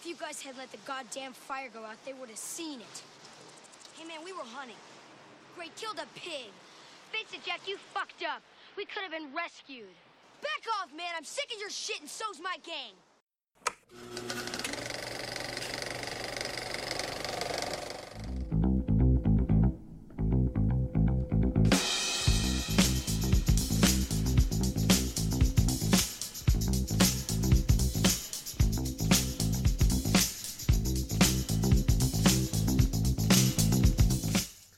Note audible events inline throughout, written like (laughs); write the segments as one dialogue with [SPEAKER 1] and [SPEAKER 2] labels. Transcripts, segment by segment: [SPEAKER 1] If you guys had let the goddamn fire go out, they would have seen it. Hey, man, we were hunting. Great killed a pig.
[SPEAKER 2] Face it, Jack, you fucked up. We could have been rescued.
[SPEAKER 1] Back off, man. I'm sick of your shit, and so's my gang.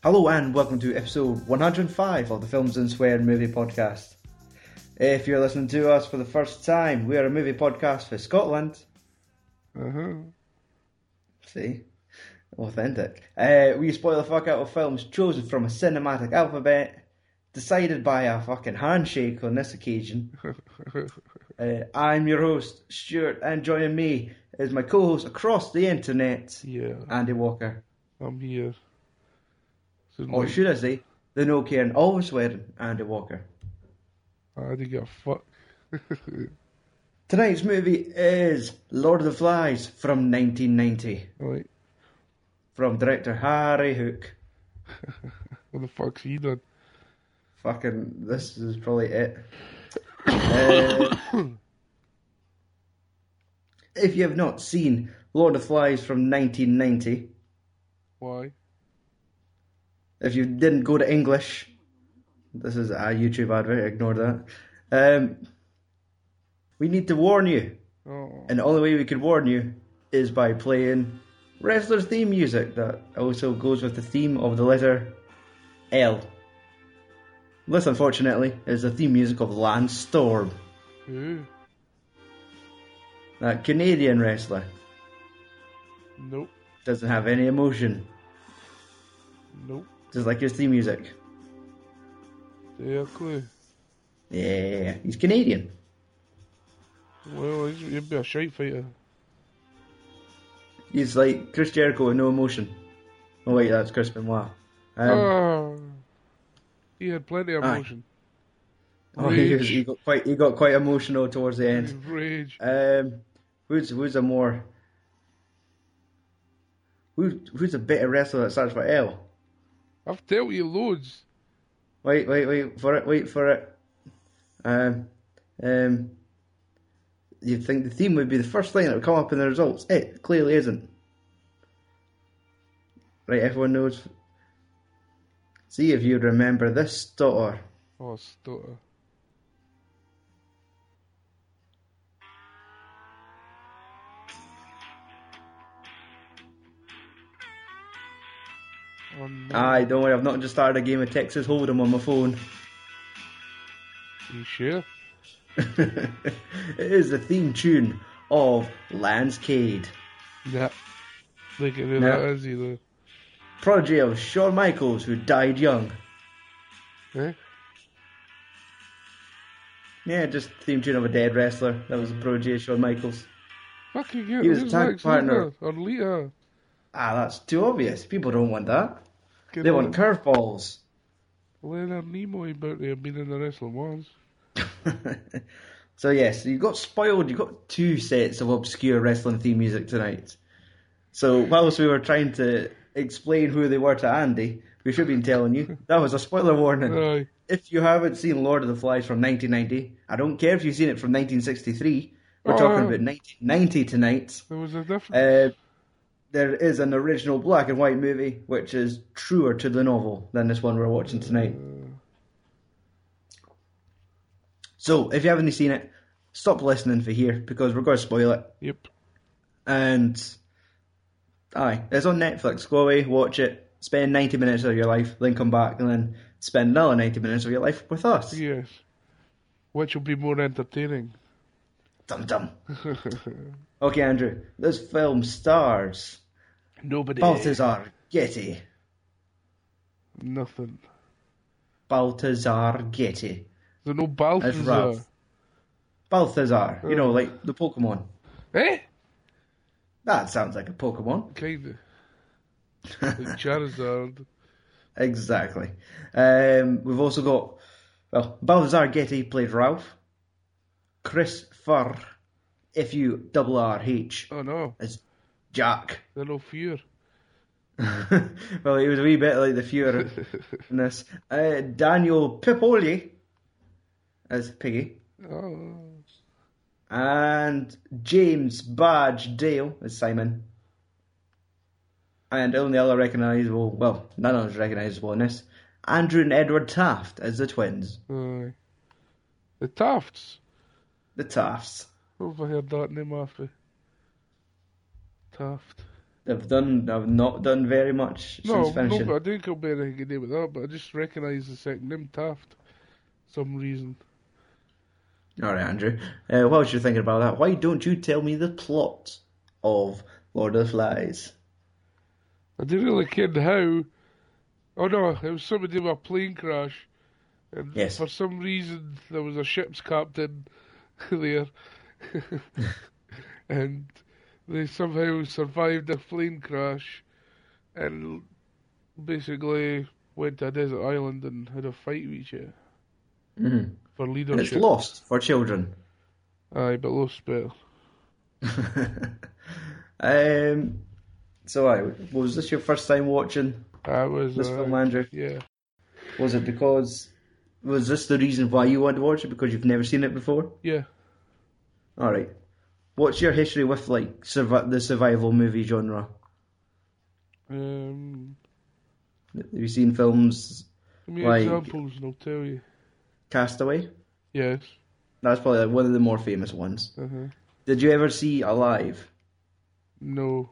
[SPEAKER 3] Hello and welcome to episode 105 of the Films and Swear Movie Podcast. If you're listening to us for the first time, we are a movie podcast for Scotland.
[SPEAKER 4] Uh-huh.
[SPEAKER 3] See? Authentic. Uh, we spoil the fuck out of films chosen from a cinematic alphabet, decided by a fucking handshake on this
[SPEAKER 4] (laughs)
[SPEAKER 3] occasion. Uh, I'm your host, Stuart, and joining me is my co host across the internet,
[SPEAKER 4] (laughs) Yeah,
[SPEAKER 3] Andy Walker.
[SPEAKER 4] I'm here. Didn't
[SPEAKER 3] Or
[SPEAKER 4] like-
[SPEAKER 3] should I say, the no caring, always swearing, Andy Walker.
[SPEAKER 4] I didn't give a fuck. (laughs)
[SPEAKER 3] Tonight's movie is Lord of the Flies from 1990
[SPEAKER 4] Like,
[SPEAKER 3] from director Harry Hook.
[SPEAKER 4] what the fuck's he done?
[SPEAKER 3] Fucking, this is probably it. Uh, (coughs) if you have not seen Lord of the Flies from 1990,
[SPEAKER 4] Why?
[SPEAKER 3] if you didn't go to English, this is a YouTube advert, ignore that. Um, we need to warn you,
[SPEAKER 4] Oh,
[SPEAKER 3] and the only way we could warn you is by playing wrestler theme music that also goes with the theme of the letter L. This, unfortunately, is the theme music of Lance Storm,
[SPEAKER 4] who?
[SPEAKER 3] that Canadian wrestler.
[SPEAKER 4] Nope,
[SPEAKER 3] Doesn't have any emotion,
[SPEAKER 4] nope.
[SPEAKER 3] just like his theme music.
[SPEAKER 4] Yeah, clue.
[SPEAKER 3] Yeah, he's Canadian.
[SPEAKER 4] Well, he's- he'd be a shite fighter.
[SPEAKER 3] He's like Chris Jericho with no emotion. Oh wait, that's Chris Benoit. Um,
[SPEAKER 4] Ah, he had plenty of
[SPEAKER 3] aye.
[SPEAKER 4] emotion.
[SPEAKER 3] oh, he, was,
[SPEAKER 4] Rage.
[SPEAKER 3] he got quite he got quite emotional towards the end.
[SPEAKER 4] Rage.
[SPEAKER 3] Um, who's who's a more who, who's a better wrestler that starts with L?
[SPEAKER 4] I've dealt you loads.
[SPEAKER 3] Wait, wait, wait for it, wait for it. Um, um, you'd think the theme would be the first thing that would come up in the results. It clearly isn't. Right, everyone knows. See if you remember this stutter.
[SPEAKER 4] Oh, stutter. Oh, no.
[SPEAKER 3] Aye, don't worry, I've not just started a game of Texas Hold'em on my phone.
[SPEAKER 4] You sure?
[SPEAKER 3] (laughs) it is the theme tune of Lance Cade.
[SPEAKER 4] Nah. Look at who
[SPEAKER 3] No.
[SPEAKER 4] that is either.
[SPEAKER 3] prodigy of Shawn Michaels, who died young.
[SPEAKER 4] Eh?
[SPEAKER 3] Yeah, just theme tune of a dead wrestler. That was the prodigy of Shawn Michaels.
[SPEAKER 4] Fucking get
[SPEAKER 3] He was a
[SPEAKER 4] who's
[SPEAKER 3] tag
[SPEAKER 4] Lex
[SPEAKER 3] partner.
[SPEAKER 4] Luger Or Lita.
[SPEAKER 3] Ah, that's too obvious. People don't want that.
[SPEAKER 4] Get
[SPEAKER 3] They want curveballs. (laughs)
[SPEAKER 4] Leonard Nimoy about to have been in the wrestling ones.
[SPEAKER 3] so yes, you got spoiled. You got two sets of obscure wrestling theme music tonight. So whilst we were trying to explain who they were to Andy, we should have been telling you that was a spoiler warning.
[SPEAKER 4] (laughs) Aye.
[SPEAKER 3] if you haven't seen Lord of the Flies from 1990, I don't care if you've seen it from 1963. We're
[SPEAKER 4] Oh.
[SPEAKER 3] talking about 1990 tonight.
[SPEAKER 4] There was a difference.
[SPEAKER 3] Uh, there is an original black and white movie which is truer to the novel than this one we're watching tonight. So, if you haven't seen it, stop listening for here because we're going to spoil it.
[SPEAKER 4] yep.
[SPEAKER 3] And aye, it's on Netflix. Go away, watch it, spend 90 minutes of your life, then come back and then spend another 90 minutes of your life with us.
[SPEAKER 4] Yes. Which will be more entertaining. (laughs)
[SPEAKER 3] Dum dum. okay, Andrew, this film stars
[SPEAKER 4] Nobody.
[SPEAKER 3] Baltazar Getty.
[SPEAKER 4] Nothing.
[SPEAKER 3] Baltazar Getty.
[SPEAKER 4] There's no Balthazar.
[SPEAKER 3] Ralph. Balthazar, you know, like the Pokemon.
[SPEAKER 4] Eh?
[SPEAKER 3] That sounds like a Pokemon.
[SPEAKER 4] Kinda. like Charizard.
[SPEAKER 3] Exactly. Um, we've also got, well, Balthazar Getty played Ralph. Chris Furr, F U R R H,
[SPEAKER 4] Oh no.
[SPEAKER 3] as Jack.
[SPEAKER 4] They're no fear.
[SPEAKER 3] (laughs) well, he was a wee bit like the Fuhrer in this. Uh, Daniel Pipoli as Piggy,
[SPEAKER 4] Oh,
[SPEAKER 3] and James Badge Dale as Simon. And only other recognisable, well, none of us recognisable in this. Andrew and Edward Taft as the twins,
[SPEAKER 4] aye. The Tafts.
[SPEAKER 3] the Tafts.
[SPEAKER 4] I've never heard that name after. Taft.
[SPEAKER 3] They've done, have not done very much
[SPEAKER 4] No,
[SPEAKER 3] since
[SPEAKER 4] no,
[SPEAKER 3] finishing.
[SPEAKER 4] but I didn't come by anything to do with that, but I just recognise the second name, Taft. Some reason.
[SPEAKER 3] All right, Andrew. Uh, while you're thinking about that, why don't you tell me the plot of Lord of the Flies?
[SPEAKER 4] I didn't really care how. Oh no, it was somebody with a plane crash, and
[SPEAKER 3] Yes.
[SPEAKER 4] for some reason there was a ship's captain (laughs) there, and they somehow survived a plane crash, and basically went to a desert island and had a fight with each other
[SPEAKER 3] Mhm.
[SPEAKER 4] for
[SPEAKER 3] And it's
[SPEAKER 4] leadership.
[SPEAKER 3] lost for children. (laughs)
[SPEAKER 4] Aye, but lost better.
[SPEAKER 3] um, so, I was this your first time watching
[SPEAKER 4] I was.
[SPEAKER 3] this
[SPEAKER 4] aye,
[SPEAKER 3] film, Andrew?
[SPEAKER 4] yeah.
[SPEAKER 3] Was it because was this the reason why you wanted to watch it because you've never seen it before?
[SPEAKER 4] Yeah.
[SPEAKER 3] All right. What's your history with like survi- the survival movie genre?
[SPEAKER 4] Um.
[SPEAKER 3] Have you seen films
[SPEAKER 4] Give me
[SPEAKER 3] Like-
[SPEAKER 4] examples, and I'll tell you.
[SPEAKER 3] Castaway?
[SPEAKER 4] Yes.
[SPEAKER 3] That's probably like, one of the more famous ones.
[SPEAKER 4] Uh huh.
[SPEAKER 3] Did you ever see Alive?
[SPEAKER 4] No.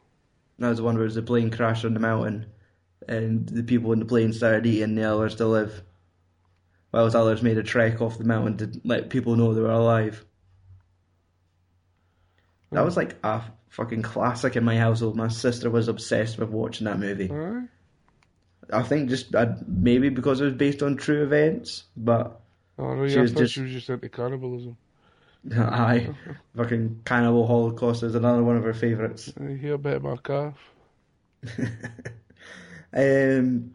[SPEAKER 3] That was the one where it was a plane crash on the mountain, and the people in the plane started eating the others to live, whilst others made a trek off the mountain to let people know they were alive. That was like a fucking classic in my household. My sister was obsessed with watching that movie.
[SPEAKER 4] Aye.
[SPEAKER 3] I think just uh, maybe because it was based on true events, but (laughs)
[SPEAKER 4] Oh, no,
[SPEAKER 3] She
[SPEAKER 4] yeah, I
[SPEAKER 3] was
[SPEAKER 4] thought
[SPEAKER 3] just-
[SPEAKER 4] she was just into cannibalism.
[SPEAKER 3] aye, fucking Cannibal Holocaust is another one of her favourites.
[SPEAKER 4] I hear about my calf.
[SPEAKER 3] (laughs) Um,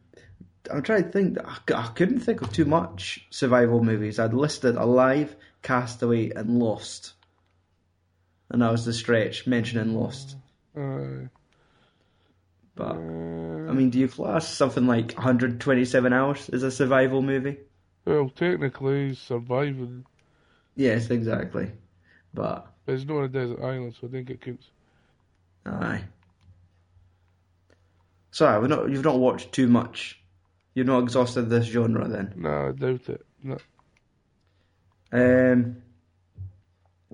[SPEAKER 3] I'm trying to think. I, c- I couldn't think of too much survival movies. I'd listed Alive, Castaway, and Lost, and that was the stretch mentioning Lost.
[SPEAKER 4] Aye.
[SPEAKER 3] But I
[SPEAKER 4] Uh,
[SPEAKER 3] mean, do you class something like 127 Hours as a survival movie?
[SPEAKER 4] well, technically, he's surviving,
[SPEAKER 3] Yes, exactly. But
[SPEAKER 4] but it's not on a desert island, so I think it counts.
[SPEAKER 3] aye. Sorry, we're not. You've not watched too much. You've not exhausted this genre, then.
[SPEAKER 4] Nah, I doubt it. No.
[SPEAKER 3] Um.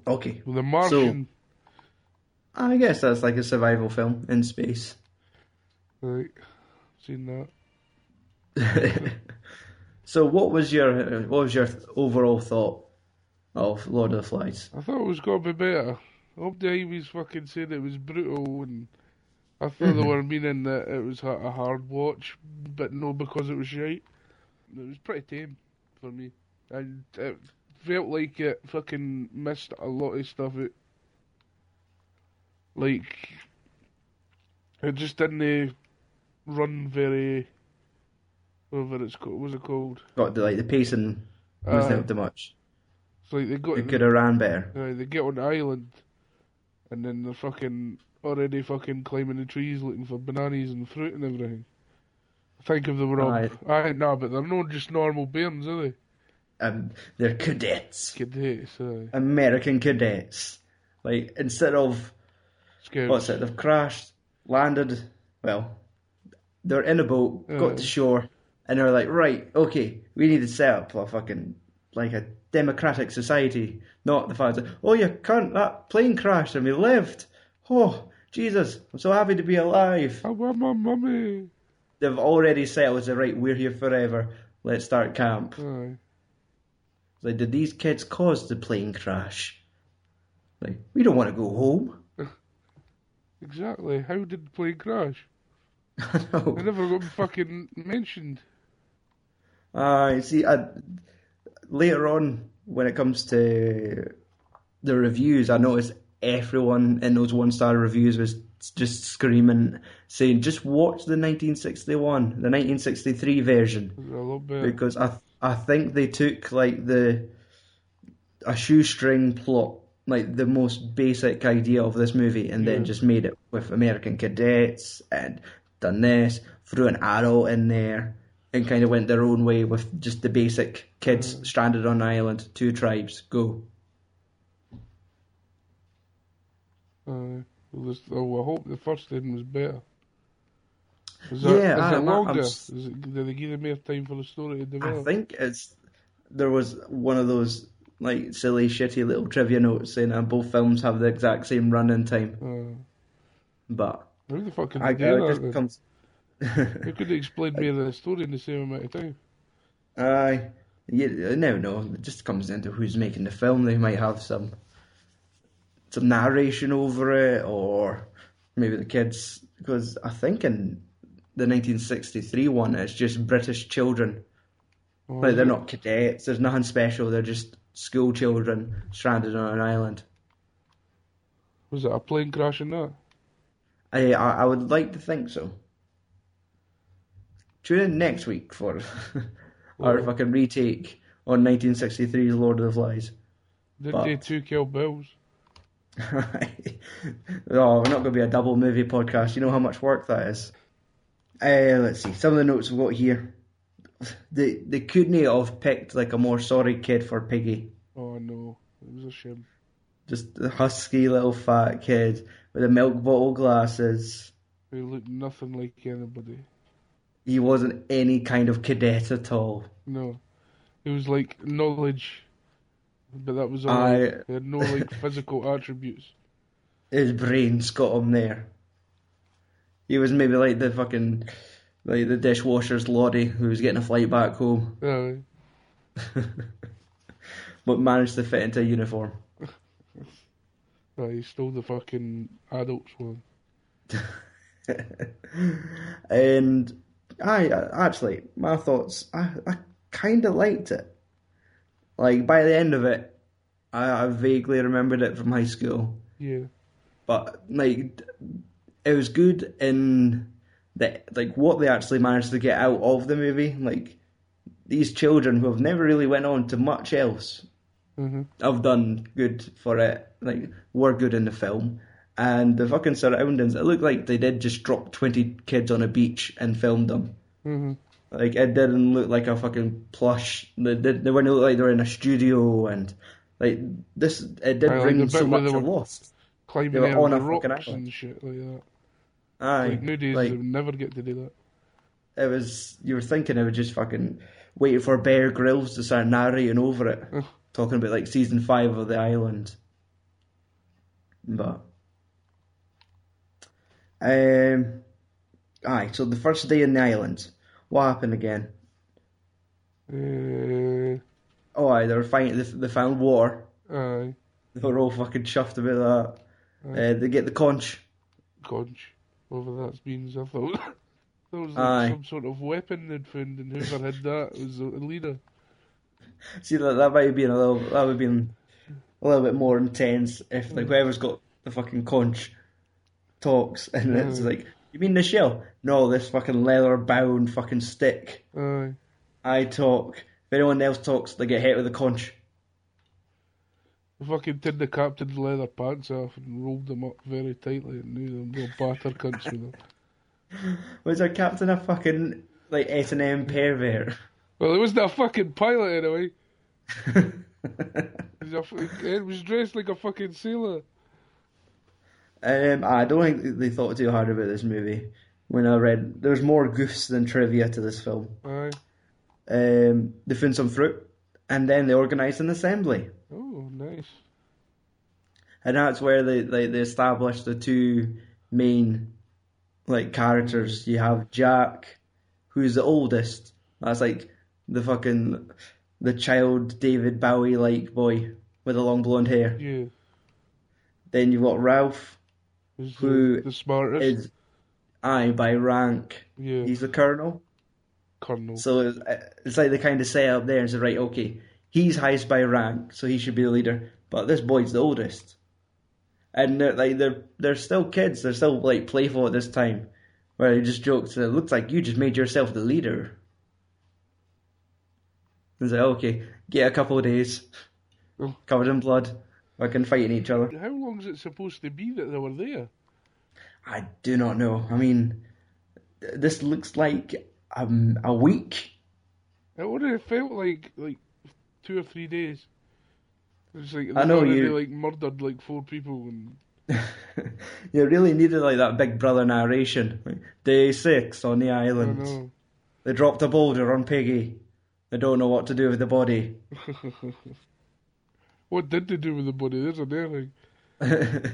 [SPEAKER 3] Okay,
[SPEAKER 4] Well, the Martian.
[SPEAKER 3] I guess that's like a survival film in space. (laughs)
[SPEAKER 4] Right. Seen that.
[SPEAKER 3] so, what was your what was your overall thought of Lord of the Flies?
[SPEAKER 4] I thought it was going to be better. Up Davies fucking said it was brutal, and I thought they were meaning that it was a a hard watch, but no, because it was shite. It was pretty tame for me. And it felt like it fucking missed a lot of stuff out. Like, it just didn't uh, run very. Whatever it's called, what was it called?
[SPEAKER 3] Got the, like the pacing was
[SPEAKER 4] Aye.
[SPEAKER 3] not too much.
[SPEAKER 4] It's like they got
[SPEAKER 3] It could have ran better.
[SPEAKER 4] Uh, they get on the island, and then they're fucking already fucking climbing the trees looking for bananas and fruit and everything. Think if they were all.
[SPEAKER 3] Aye.
[SPEAKER 4] Aye, nah, but they're not just normal bairns, are they?
[SPEAKER 3] Um, they're cadets,
[SPEAKER 4] Cadets, aye.
[SPEAKER 3] American cadets. Like instead of
[SPEAKER 4] Scouts.
[SPEAKER 3] what's it? They've crashed, landed. Well, they're in a boat, got
[SPEAKER 4] Aye.
[SPEAKER 3] to shore, and they're like, right, okay, we need to set up a fucking like a democratic society, not the fact that oh you cunt that plane crashed and we lived. Oh Jesus, I'm so happy to be alive.
[SPEAKER 4] I want Oh, my mummy!
[SPEAKER 3] They've already settled the right. We're here forever. Let's start camp.
[SPEAKER 4] Aye.
[SPEAKER 3] Like, did these kids cause the plane crash? Like, we don't want to go home. (laughs)
[SPEAKER 4] Exactly. How did the plane crash?
[SPEAKER 3] No.
[SPEAKER 4] They never got (laughs) fucking mentioned.
[SPEAKER 3] I Uh, see. I, later on, when it comes to the reviews, I noticed everyone in those one-star reviews was just screaming, saying, "Just watch the 1961, the 1963 version,"
[SPEAKER 4] They're A lot better.
[SPEAKER 3] because I I think they took like the a shoestring plot like the most basic idea of this movie and then just made it with American cadets and done this, threw an arrow in there, and kind of went their own way with just the basic kids stranded on an island, two tribes, go.
[SPEAKER 4] Uh, well, this, oh, I hope the first one was better. Is that,
[SPEAKER 3] Yeah,
[SPEAKER 4] is
[SPEAKER 3] I-
[SPEAKER 4] it
[SPEAKER 3] I'm-
[SPEAKER 4] longer?
[SPEAKER 3] I'm s-
[SPEAKER 4] Is it, did they give them more time for the story to
[SPEAKER 3] I
[SPEAKER 4] develop?
[SPEAKER 3] think it's there was one of those like silly, shitty little trivia notes saying that both films have the exact same running time,
[SPEAKER 4] Uh,
[SPEAKER 3] but
[SPEAKER 4] who the fuck could
[SPEAKER 3] I,
[SPEAKER 4] they
[SPEAKER 3] it
[SPEAKER 4] do
[SPEAKER 3] just
[SPEAKER 4] that? then?
[SPEAKER 3] becomes.
[SPEAKER 4] Who could they explain more of the story in the same amount of time?
[SPEAKER 3] Aye, you, you never know. It just comes down to who's making the film. They might have some some narration over it, or maybe the kids. Because I think in the 1963 one, it's just British children.
[SPEAKER 4] Oh,
[SPEAKER 3] Like they're
[SPEAKER 4] is it?
[SPEAKER 3] not cadets. There's nothing special. They're just school children stranded on an island.
[SPEAKER 4] Was it a plane crash in that?
[SPEAKER 3] I I, I would like to think so. Tune in next week for (laughs) our
[SPEAKER 4] Oh.
[SPEAKER 3] fucking retake on 1963's Lord of the Flies.
[SPEAKER 4] Did
[SPEAKER 3] But-
[SPEAKER 4] they two kill Bills?
[SPEAKER 3] oh, (laughs) we're not going to be a double movie podcast. You know how much work that is. Uh, let's see. Some of the notes we've got here. They they couldn't have picked like a more sorry kid for Piggy.
[SPEAKER 4] Oh no, it was a shame.
[SPEAKER 3] Just a husky little fat kid with the milk bottle glasses.
[SPEAKER 4] They looked nothing like anybody.
[SPEAKER 3] He wasn't any kind of cadet at all.
[SPEAKER 4] No, it was like knowledge, but that was all.
[SPEAKER 3] I-
[SPEAKER 4] They had
[SPEAKER 3] (laughs)
[SPEAKER 4] no like physical attributes.
[SPEAKER 3] His brains got him there. He was maybe like the fucking like the dishwasher's lorry who was getting a flight back home.
[SPEAKER 4] Uh,
[SPEAKER 3] but managed to fit into a uniform.
[SPEAKER 4] right, he stole the fucking adults one.
[SPEAKER 3] (laughs) and I I- actually, my thoughts, I, I kind of liked it. Like by the end of it, I, I vaguely remembered it from high school,
[SPEAKER 4] Yeah,
[SPEAKER 3] but like it was good in the like what they actually managed to get out of the movie. Like these children who have never really went on to much else
[SPEAKER 4] hmm
[SPEAKER 3] I've done good for it. Like were good in the film, and the fucking surroundings. It looked like they did just drop twenty kids on a beach and filmed them.
[SPEAKER 4] hmm
[SPEAKER 3] Like it didn't look like a fucking plush. They did. They wouldn't look like they were in a studio and like this. It did
[SPEAKER 4] Aye, like
[SPEAKER 3] bring
[SPEAKER 4] the
[SPEAKER 3] so
[SPEAKER 4] bit where
[SPEAKER 3] much
[SPEAKER 4] they
[SPEAKER 3] of
[SPEAKER 4] were-
[SPEAKER 3] lost. They
[SPEAKER 4] Climbing
[SPEAKER 3] were
[SPEAKER 4] out
[SPEAKER 3] on
[SPEAKER 4] the
[SPEAKER 3] a fucking
[SPEAKER 4] rocks
[SPEAKER 3] island.
[SPEAKER 4] and shit like that.
[SPEAKER 3] Aye,
[SPEAKER 4] Like nowadays,
[SPEAKER 3] like
[SPEAKER 4] they would never get to do that.
[SPEAKER 3] it was. You were thinking it was just fucking waiting for Bear Grylls to start narrating over it,
[SPEAKER 4] Ugh.
[SPEAKER 3] talking about like season five of the island. But um, aye. So the first day in the island, what happened again?
[SPEAKER 4] Uh,
[SPEAKER 3] Oh, aye, they were finding they, they found water.
[SPEAKER 4] Eh, aye,
[SPEAKER 3] They were all fucking chuffed about that. Uh, they get the conch.
[SPEAKER 4] conch. Whatever that means, I thought (laughs) that was
[SPEAKER 3] Aye.
[SPEAKER 4] like some sort of weapon they'd found, and whoever had that was the leader.
[SPEAKER 3] See that that might have been a little that would have been a little bit more intense if like whoever's got the fucking conch talks and it's
[SPEAKER 4] Mm.
[SPEAKER 3] like you mean the shell? No, this fucking leather bound fucking stick.
[SPEAKER 4] Aye,
[SPEAKER 3] I talk. If anyone else talks, they get hit with a conch.
[SPEAKER 4] I fucking tinned the captain's leather pants off and rolled them up very tightly and knew them little batter cunts with them.
[SPEAKER 3] Was our captain a fucking like S and M pervert? (laughs)
[SPEAKER 4] Well, it wasn't a fucking pilot anyway. It was, a fucking- it was dressed like a fucking sailor.
[SPEAKER 3] Um, I don't think they thought too hard about this movie. When I read, there's more goofs than trivia to this film.
[SPEAKER 4] Aye.
[SPEAKER 3] Um, they found some fruit, and then they organised an assembly.
[SPEAKER 4] Oh, nice.
[SPEAKER 3] and that's where they, they, they establish the two main like characters. You have Jack, who's the oldest. That's like the fucking the child David Bowie like boy with the long blonde hair.
[SPEAKER 4] Yeah.
[SPEAKER 3] Then you've got Ralph,
[SPEAKER 4] He's the,
[SPEAKER 3] Who
[SPEAKER 4] the smartest.
[SPEAKER 3] is I by rank.
[SPEAKER 4] yeah.
[SPEAKER 3] He's the colonel.
[SPEAKER 4] Colonel.
[SPEAKER 3] So it's, it's like they kind of set up there and say, right, okay, he's highest by rank, so he should be the leader. But this boy's the oldest, and they're like they're they're still kids. They're still like playful at this time, where they just joked. It looks like you just made yourself the leader. It's like okay, get a couple of days,
[SPEAKER 4] Oh.
[SPEAKER 3] covered in blood. fucking fighting each other.
[SPEAKER 4] How long's it supposed to be that they were there?
[SPEAKER 3] I do not know. I mean, th- this looks like um, a week.
[SPEAKER 4] It would have felt like like two or three days. It's like
[SPEAKER 3] I know
[SPEAKER 4] they've already,
[SPEAKER 3] you-
[SPEAKER 4] like murdered like four people and
[SPEAKER 3] (laughs) you really needed like that Big Brother narration. Like, Day six on the
[SPEAKER 4] I
[SPEAKER 3] island.
[SPEAKER 4] know. (laughs)
[SPEAKER 3] They dropped a boulder on Piggy. They don't know what to do with the body. (laughs)
[SPEAKER 4] What did they do with the body? There's another thing.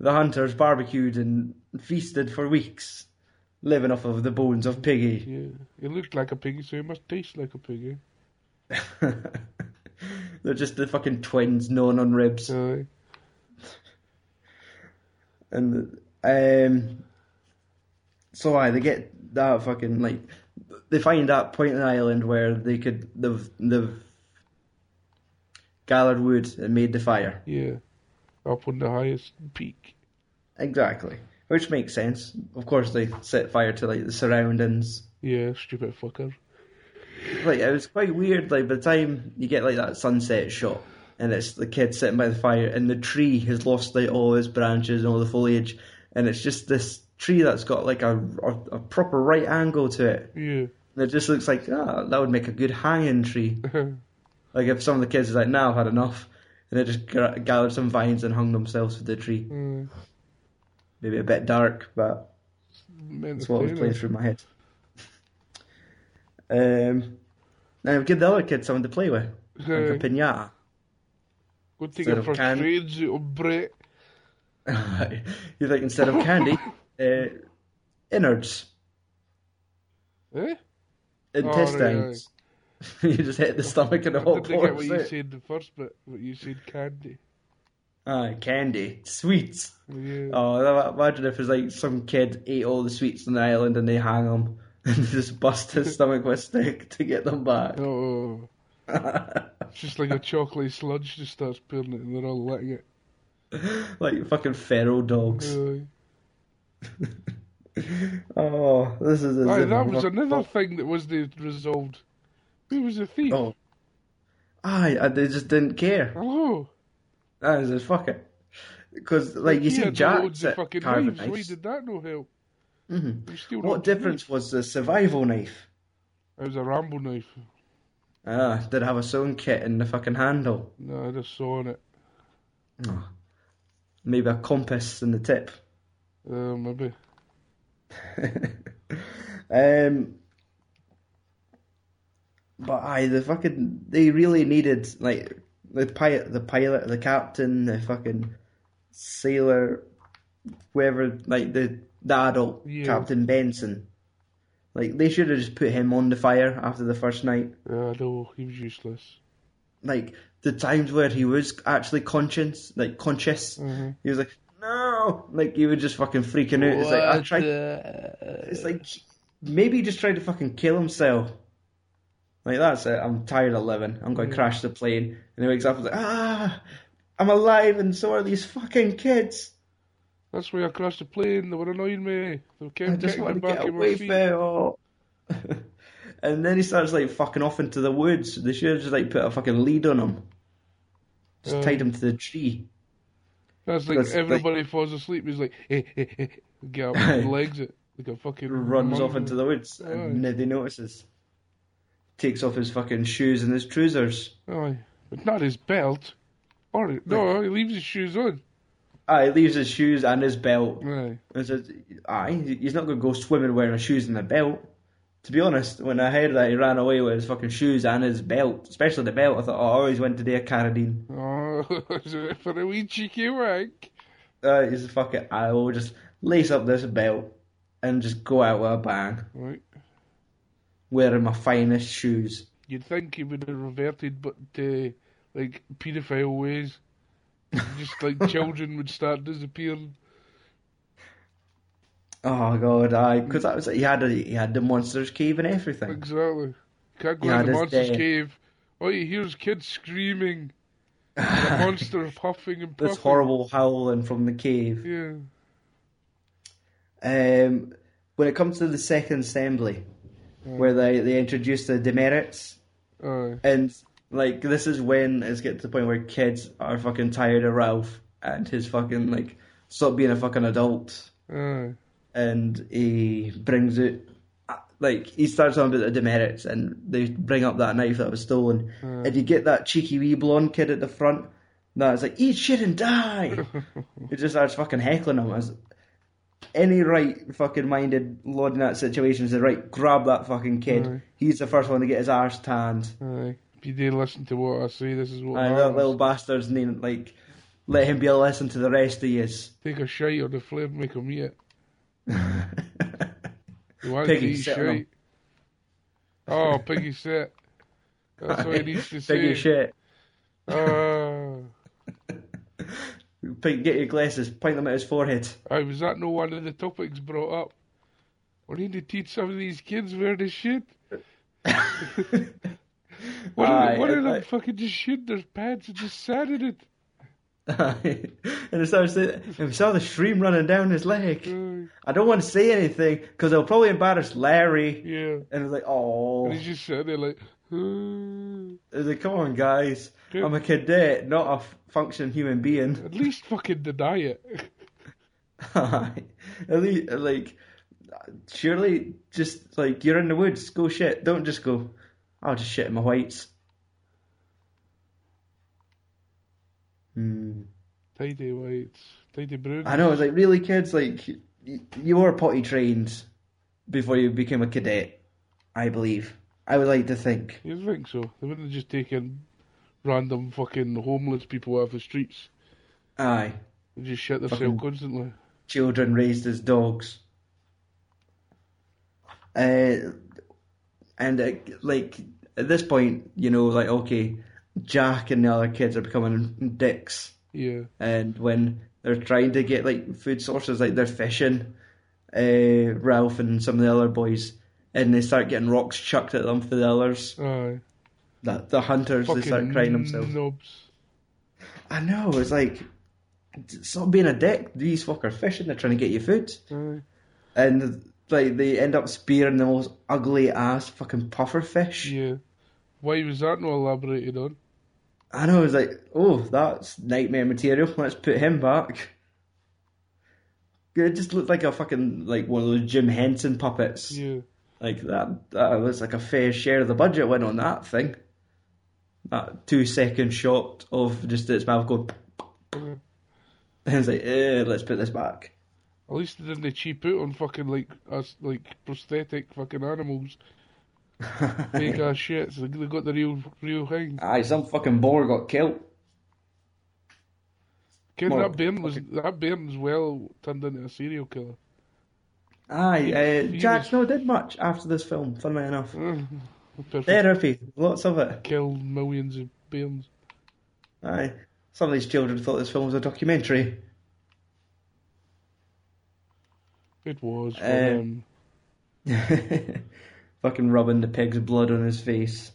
[SPEAKER 3] the hunters barbecued and feasted for weeks, living off of the bones of Piggy. (laughs)
[SPEAKER 4] Yeah, it looked like a piggy, so it must taste like a piggy.
[SPEAKER 3] They're just the fucking twins gnawing on ribs.
[SPEAKER 4] Aye.
[SPEAKER 3] And um, so I they get that fucking like they find that point in the island where they could they've they've gathered wood and made the fire.
[SPEAKER 4] yeah, up on the highest peak.
[SPEAKER 3] Exactly, which makes sense. Of course, they set fire to like the surroundings.
[SPEAKER 4] Yeah, stupid fucker.
[SPEAKER 3] Like it was quite weird. Like by the time you get like that sunset shot, and it's the kid sitting by the fire, and the tree has lost like all its branches and all the foliage, and it's just this tree that's got like a a, a proper right angle to it.
[SPEAKER 4] Yeah, (laughs)
[SPEAKER 3] And it just looks like ah, that would make a good hanging tree.
[SPEAKER 4] Uh,
[SPEAKER 3] Like if some of the kids is like, "Now nah, I've had enough," and they just gra- gathered some vines and hung themselves to the tree.
[SPEAKER 4] Aye.
[SPEAKER 3] Maybe a bit dark, but
[SPEAKER 4] meant
[SPEAKER 3] That's
[SPEAKER 4] to
[SPEAKER 3] what
[SPEAKER 4] do
[SPEAKER 3] was playing
[SPEAKER 4] that.
[SPEAKER 3] through my head. (laughs) Um, now give the other kid something to play with, like a
[SPEAKER 4] Aye.
[SPEAKER 3] pinata.
[SPEAKER 4] Go take
[SPEAKER 3] Instead
[SPEAKER 4] it
[SPEAKER 3] of
[SPEAKER 4] for
[SPEAKER 3] can-
[SPEAKER 4] trades out of Brett.
[SPEAKER 3] (laughs) you think instead of candy,
[SPEAKER 4] (laughs)
[SPEAKER 3] uh, innards, (laughs)
[SPEAKER 4] Eh? Oh,
[SPEAKER 3] intestines. (laughs) you just hit the stomach and the
[SPEAKER 4] I
[SPEAKER 3] whole
[SPEAKER 4] didn't get what
[SPEAKER 3] pours
[SPEAKER 4] you
[SPEAKER 3] out.
[SPEAKER 4] said first, but what you said candy.
[SPEAKER 3] Ah, candy, sweets.
[SPEAKER 4] Yeah.
[SPEAKER 3] Oh, I- I imagine if it's like some kid ate all the sweets on the island and they hang him (laughs) and just bust his stomach with a stick to get them back.
[SPEAKER 4] Oh, it's just like a chocolate sludge just starts pouring it and they're all letting it.
[SPEAKER 3] (laughs) like fucking feral dogs.
[SPEAKER 4] Aye.
[SPEAKER 3] Oh, this is.
[SPEAKER 4] Aye, that was another thing that wasn't resolved. Who was the thief?
[SPEAKER 3] Oh. Aye, I, they just didn't care.
[SPEAKER 4] Hello.
[SPEAKER 3] I was just fuck it. Because, like, you
[SPEAKER 4] He
[SPEAKER 3] see
[SPEAKER 4] had
[SPEAKER 3] Jack's
[SPEAKER 4] loads of
[SPEAKER 3] at
[SPEAKER 4] fucking
[SPEAKER 3] carving
[SPEAKER 4] knives. Why
[SPEAKER 3] knives.
[SPEAKER 4] did that no help? He was still
[SPEAKER 3] What
[SPEAKER 4] not doing
[SPEAKER 3] difference was the survival knife?
[SPEAKER 4] It It was a Rambo knife.
[SPEAKER 3] Ah, did have a sewing kit in the fucking handle.
[SPEAKER 4] No, I had a saw on it.
[SPEAKER 3] Ah. Maybe a compass in the tip.
[SPEAKER 4] Uh, maybe.
[SPEAKER 3] (laughs) Um, but aye, the fucking they really needed like the pilot, the pilot, the captain, the fucking sailor, whoever, like the the adult
[SPEAKER 4] Yeah.
[SPEAKER 3] Captain Benson. Like they should have just put him on the fire after the first night.
[SPEAKER 4] Uh, no, he was useless.
[SPEAKER 3] Like the times where he was actually conscious, like conscious, he was like, "No!" Like he was just fucking freaking out. It's like I tried. It's like maybe he just tried to fucking kill himself. Like that's it. I'm tired of living. I'm going to crash the plane. And he wakes up and like, ah, I'm alive, and so are these fucking kids.
[SPEAKER 4] That's why I crashed the plane. They were annoying me. They kept
[SPEAKER 3] I just
[SPEAKER 4] kicking
[SPEAKER 3] want
[SPEAKER 4] the
[SPEAKER 3] to
[SPEAKER 4] back
[SPEAKER 3] get
[SPEAKER 4] of my
[SPEAKER 3] away
[SPEAKER 4] feet.
[SPEAKER 3] from it all. (laughs) and then he starts like fucking off into the woods. They should have just like put a fucking lead on him. Just
[SPEAKER 4] Um,
[SPEAKER 3] tied him to the tree.
[SPEAKER 4] That's like
[SPEAKER 3] That's like-
[SPEAKER 4] everybody falls asleep. He's like, (laughs) eh, eh, eh, get
[SPEAKER 3] (laughs)
[SPEAKER 4] up and legs it. Like a fucking.
[SPEAKER 3] runs off
[SPEAKER 4] monkey.
[SPEAKER 3] into the woods
[SPEAKER 4] Aye.
[SPEAKER 3] and nobody notices. Takes off his fucking shoes and his trousers.
[SPEAKER 4] Aye. Oh, But not his belt. Or, no, he leaves his shoes on.
[SPEAKER 3] Ah, he leaves his shoes and his belt.
[SPEAKER 4] Aye.
[SPEAKER 3] And says, aye, he's not going to go swimming wearing his shoes and a belt. To be honest, when I heard that he ran away with his fucking shoes and his belt, especially the belt, I thought, oh, I always went to do a Carradine.
[SPEAKER 4] Oh, (laughs) for a wee cheeky wank.
[SPEAKER 3] Uh, he's a fucking, I will just lace up this belt and just go out with a bang,
[SPEAKER 4] Right.
[SPEAKER 3] wearing my finest shoes.
[SPEAKER 4] You'd think he would have reverted, but to like paedophile ways. (laughs)
[SPEAKER 3] (laughs)
[SPEAKER 4] Just like children would start disappearing.
[SPEAKER 3] Oh god, aye, because that was he had a, he had the monsters cave and
[SPEAKER 4] (laughs)
[SPEAKER 3] everything.
[SPEAKER 4] Exactly. Can't go
[SPEAKER 3] Yeah,
[SPEAKER 4] in the
[SPEAKER 3] that's
[SPEAKER 4] monster's
[SPEAKER 3] dead.
[SPEAKER 4] cave. All you hear is kids screaming.
[SPEAKER 3] (laughs)
[SPEAKER 4] The monster puffing and puffing.
[SPEAKER 3] This horrible howling from the cave.
[SPEAKER 4] Yeah.
[SPEAKER 3] Um, when it comes to the second assembly, where they, they introduce the demerits,
[SPEAKER 4] Aye.
[SPEAKER 3] and Like this is when it's getting to the point where kids are fucking tired of Ralph and his fucking like stop being a fucking adult
[SPEAKER 4] Aye.
[SPEAKER 3] and he brings it like he starts on about the demerits and they bring up that knife that was stolen and you get that cheeky wee blonde kid at the front that's like eat shit and die he just starts fucking heckling him as any right fucking minded lord in that situation is the right grab that fucking kid
[SPEAKER 4] Aye.
[SPEAKER 3] he's the first one to get his arse tanned
[SPEAKER 4] Aye. If you didn't listen to what I say, this is what
[SPEAKER 3] and
[SPEAKER 4] happens.
[SPEAKER 3] that little bastard's name like let him be a lesson to the rest of yous
[SPEAKER 4] Take a shite on the flip, make him eat it. You want
[SPEAKER 3] Piggy,
[SPEAKER 4] to eat
[SPEAKER 3] sit on 'em.
[SPEAKER 4] shite? Oh, piggy shit. That's what
[SPEAKER 3] (laughs)
[SPEAKER 4] he needs to say.
[SPEAKER 3] Biggie shit
[SPEAKER 4] Ah.
[SPEAKER 3] Pink, get your glasses, point them at his forehead. (laughs)
[SPEAKER 4] Aye, was that no one of the topics brought up? We need to teach some of these kids where to shit. One of,
[SPEAKER 3] Aye,
[SPEAKER 4] the, one of
[SPEAKER 3] it-
[SPEAKER 4] them
[SPEAKER 3] it-
[SPEAKER 4] fucking just shit their pants and just sat in it.
[SPEAKER 3] and it starts to, and we saw the stream running down his leg.
[SPEAKER 4] Aye,
[SPEAKER 3] I don't want to say anything because it'll probably embarrass Larry.
[SPEAKER 4] yeah.
[SPEAKER 3] And it's like, oh,
[SPEAKER 4] And he's just sitting there like, "Ah."
[SPEAKER 3] it's like, come on, guys, I'm a cadet, not a f- functioning human being.
[SPEAKER 4] at least fucking deny it.
[SPEAKER 3] (laughs) At least, like, surely, just like you're in the woods, go shit. Don't just go. I'll just shit in my whites. Hmm.
[SPEAKER 4] (laughs) Tidy whites, tidy brown.
[SPEAKER 3] I know, it's like really kids, like y- you were potty trained before you became a cadet, I believe. I would like to think.
[SPEAKER 4] You think so? They wouldn't have just taken random fucking homeless people off the streets
[SPEAKER 3] Aye.
[SPEAKER 4] and just shit themselves
[SPEAKER 3] Fucking-
[SPEAKER 4] constantly.
[SPEAKER 3] Children raised as dogs. Uh, and uh, like at this point, you know, like okay, Jack and the other kids are becoming dicks.
[SPEAKER 4] Yeah.
[SPEAKER 3] and when they're trying to get like food sources, like they're fishing, uh, Ralph and some of the other boys, and they start getting rocks chucked at them for the others.
[SPEAKER 4] Aye.
[SPEAKER 3] The, the hunters they start
[SPEAKER 4] Fucking
[SPEAKER 3] crying themselves.
[SPEAKER 4] knobs.
[SPEAKER 3] I know it's like stop being a dick. These folk are fishing. They're trying to get you food,
[SPEAKER 4] Aye.
[SPEAKER 3] and like they end up spearing the most ugly ass fucking puffer fish.
[SPEAKER 4] Yeah. Why was that not elaborated on?
[SPEAKER 3] I know, it's like, oh, that's nightmare material. (laughs) Let's put him back. It just looked like a fucking like one of those Jim Henson puppets.
[SPEAKER 4] Yeah.
[SPEAKER 3] Like that, that was like a fair share of the budget went on that thing. That two second shot of just its mouth going, (laughs)
[SPEAKER 4] At
[SPEAKER 3] and it's like, eh, let's put this back. (laughs)
[SPEAKER 4] least they didn't cheap out on fucking like us like prosthetic
[SPEAKER 3] (laughs)
[SPEAKER 4] fucking animals. Big ass shit. So they got the real real thing.
[SPEAKER 3] Aye, some fucking boar got killed.
[SPEAKER 4] Ken,
[SPEAKER 3] Well,
[SPEAKER 4] that Bairn was that Bairn's well turned into a serial killer.
[SPEAKER 3] Aye, uh,
[SPEAKER 4] Furious.
[SPEAKER 3] Jack no did much after this film, funnily enough.
[SPEAKER 4] (laughs) Perfect.
[SPEAKER 3] Therapy, lots of it.
[SPEAKER 4] Killed millions of Bairns.
[SPEAKER 3] Aye. Some of these children thought this film was a documentary. (laughs)
[SPEAKER 4] It was. for
[SPEAKER 3] Um,
[SPEAKER 4] them.
[SPEAKER 3] Fucking rubbing the pig's blood on his face.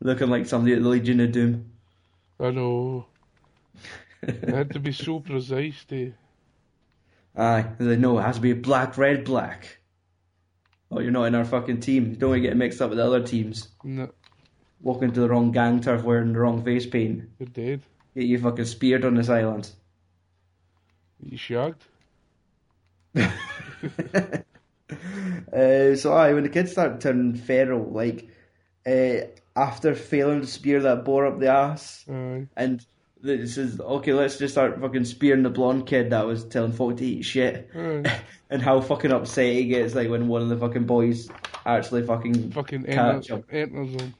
[SPEAKER 3] Looking like somebody at the Legion of Doom. (laughs)
[SPEAKER 4] I know. it had to be so precise to
[SPEAKER 3] Aye, they know it has to be black, red, black. Oh, you're not in our fucking team. You don't want to get mixed up with the other teams.
[SPEAKER 4] no,
[SPEAKER 3] Walk into the wrong gang turf wearing the wrong face paint.
[SPEAKER 4] you're dead.
[SPEAKER 3] Get you fucking speared on this island.
[SPEAKER 4] You shagged.
[SPEAKER 3] Uh, so aye, when the kids start turning feral, like, uh, after failing to spear that boar up the ass,
[SPEAKER 4] Aye.
[SPEAKER 3] and this is okay. Let's just start fucking spearing the blonde kid that was telling folk to eat shit,
[SPEAKER 4] Aye.
[SPEAKER 3] (laughs) and how fucking upset he gets like when one of the fucking boys actually fucking
[SPEAKER 4] Fucking
[SPEAKER 3] catch
[SPEAKER 4] enter,
[SPEAKER 3] him.
[SPEAKER 4] enters him.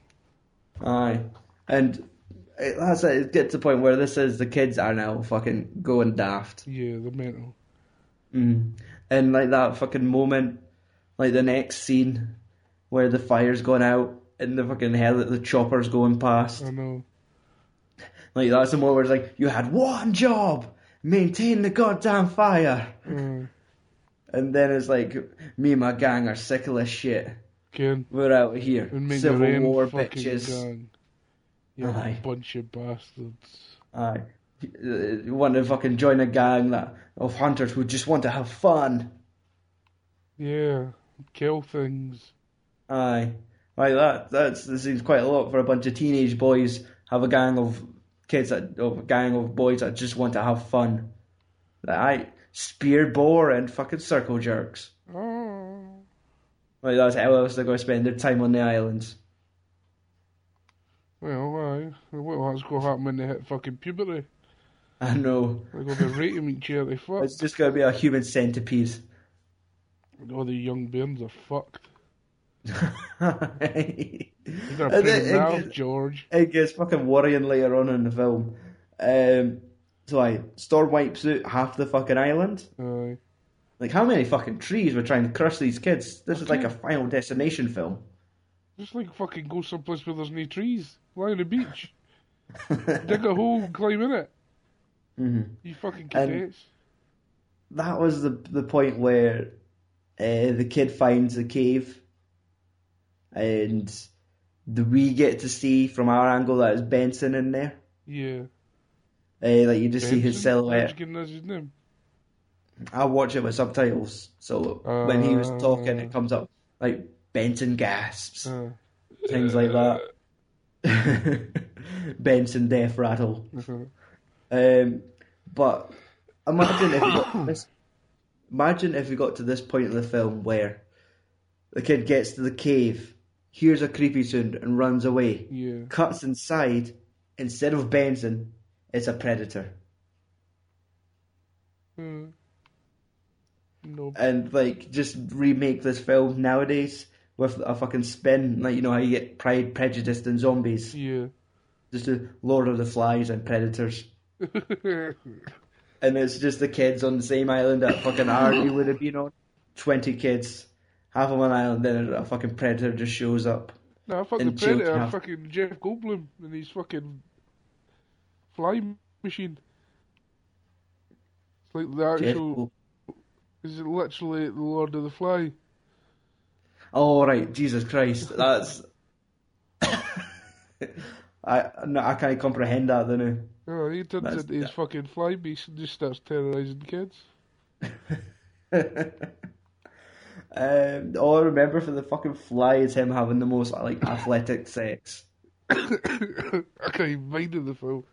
[SPEAKER 3] Aye, and it, that's it. It gets to the point where this is the kids are now fucking going daft,
[SPEAKER 4] Yeah, the mental.
[SPEAKER 3] mm. and like that fucking moment, like the next scene where the fire's gone out and the fucking hell the chopper's going past.
[SPEAKER 4] I know.
[SPEAKER 3] Like that's the moment where it's like you had one job, maintain the goddamn fire,
[SPEAKER 4] Aye.
[SPEAKER 3] and then it's like me and my gang are sick of this shit.
[SPEAKER 4] Ken,
[SPEAKER 3] We're out of here,
[SPEAKER 4] and make the
[SPEAKER 3] civil
[SPEAKER 4] rain
[SPEAKER 3] war
[SPEAKER 4] fucking
[SPEAKER 3] bitches.
[SPEAKER 4] gang. You
[SPEAKER 3] Aye.
[SPEAKER 4] bunch of bastards.
[SPEAKER 3] Aye, Uh, you want to fucking join a gang that of hunters who just want to have fun.
[SPEAKER 4] Yeah, kill things.
[SPEAKER 3] Aye, Like that. That's that seems quite a lot for a bunch of teenage boys. Have a gang of kids that, or a gang of boys that just want to have fun. Like I spear bore and fucking circle jerks.
[SPEAKER 4] Oh.
[SPEAKER 3] Like that's how else they're going to spend their time on the islands. (laughs)
[SPEAKER 4] Well, aye. Well, that's going to happen when they hit fucking puberty.
[SPEAKER 3] I know.
[SPEAKER 4] They're going to be rating each other. They fuck.
[SPEAKER 3] It's just going to be a human centipede. (laughs)
[SPEAKER 4] All the young bairns are fucked.
[SPEAKER 3] You're
[SPEAKER 4] You're going to put them out, George.
[SPEAKER 3] it gets fucking worrying later on in the film. Um, so like, storm wipes out half the fucking island.
[SPEAKER 4] Aye.
[SPEAKER 3] Like, how many fucking trees were trying to crush these kids? This is like a Final Destination
[SPEAKER 4] (laughs)
[SPEAKER 3] film.
[SPEAKER 4] Just like fucking go someplace where there's no trees. Lie on the beach.
[SPEAKER 3] Mm-hmm.
[SPEAKER 4] Dig a hole and climb in it.
[SPEAKER 3] Mhm.
[SPEAKER 4] You fucking
[SPEAKER 3] And-
[SPEAKER 4] cadets.
[SPEAKER 3] That was the the point where uh, the kid finds the cave, and the, we get to see from our angle that it's Benson in there.
[SPEAKER 4] yeah.
[SPEAKER 3] Uh, like you just see his
[SPEAKER 4] Benson?
[SPEAKER 3] silhouette.
[SPEAKER 4] Benson, That's his name.
[SPEAKER 3] I watch it with subtitles, so when he was talking,
[SPEAKER 4] Uh.
[SPEAKER 3] it comes up like Benson gasps,
[SPEAKER 4] Uh,
[SPEAKER 3] things like that.
[SPEAKER 4] Uh.
[SPEAKER 3] (laughs) Benson death rattle. Um, but imagine if we got to this, imagine if we got to this point in the film where the kid gets to the cave, hears a creepy sound, and runs away.
[SPEAKER 4] yeah.
[SPEAKER 3] Cuts inside. Instead of Benson, it's a predator.
[SPEAKER 4] Uh, no.
[SPEAKER 3] and like just remake this film nowadays with a fucking spin, like you know how you get Pride, Prejudice, and Zombies,
[SPEAKER 4] Yeah. (laughs)
[SPEAKER 3] just do Lord of the Flies and Predators, and it's just the kids on the same island that fucking Arnie would have been on. Twenty kids, half on an island, then a fucking predator just shows up.
[SPEAKER 4] nah, fuck the
[SPEAKER 3] And Jill
[SPEAKER 4] Predator.
[SPEAKER 3] Cav-
[SPEAKER 4] Fucking Jeff Goldblum and his fucking fly machine. It's like the
[SPEAKER 3] Jeff
[SPEAKER 4] actual.
[SPEAKER 3] Gold-
[SPEAKER 4] Is it literally the Lord of the Fly?
[SPEAKER 3] Oh right, Jesus Christ, that's. (laughs) I no, I can't comprehend that. Then now.
[SPEAKER 4] Oh, he turns
[SPEAKER 3] That's-
[SPEAKER 4] into his fucking fly beast and just starts terrorizing kids. (coughs)
[SPEAKER 3] (laughs) Um, all I remember from the fucking fly is him having the most like athletic sex.
[SPEAKER 4] I can't even mind in the film.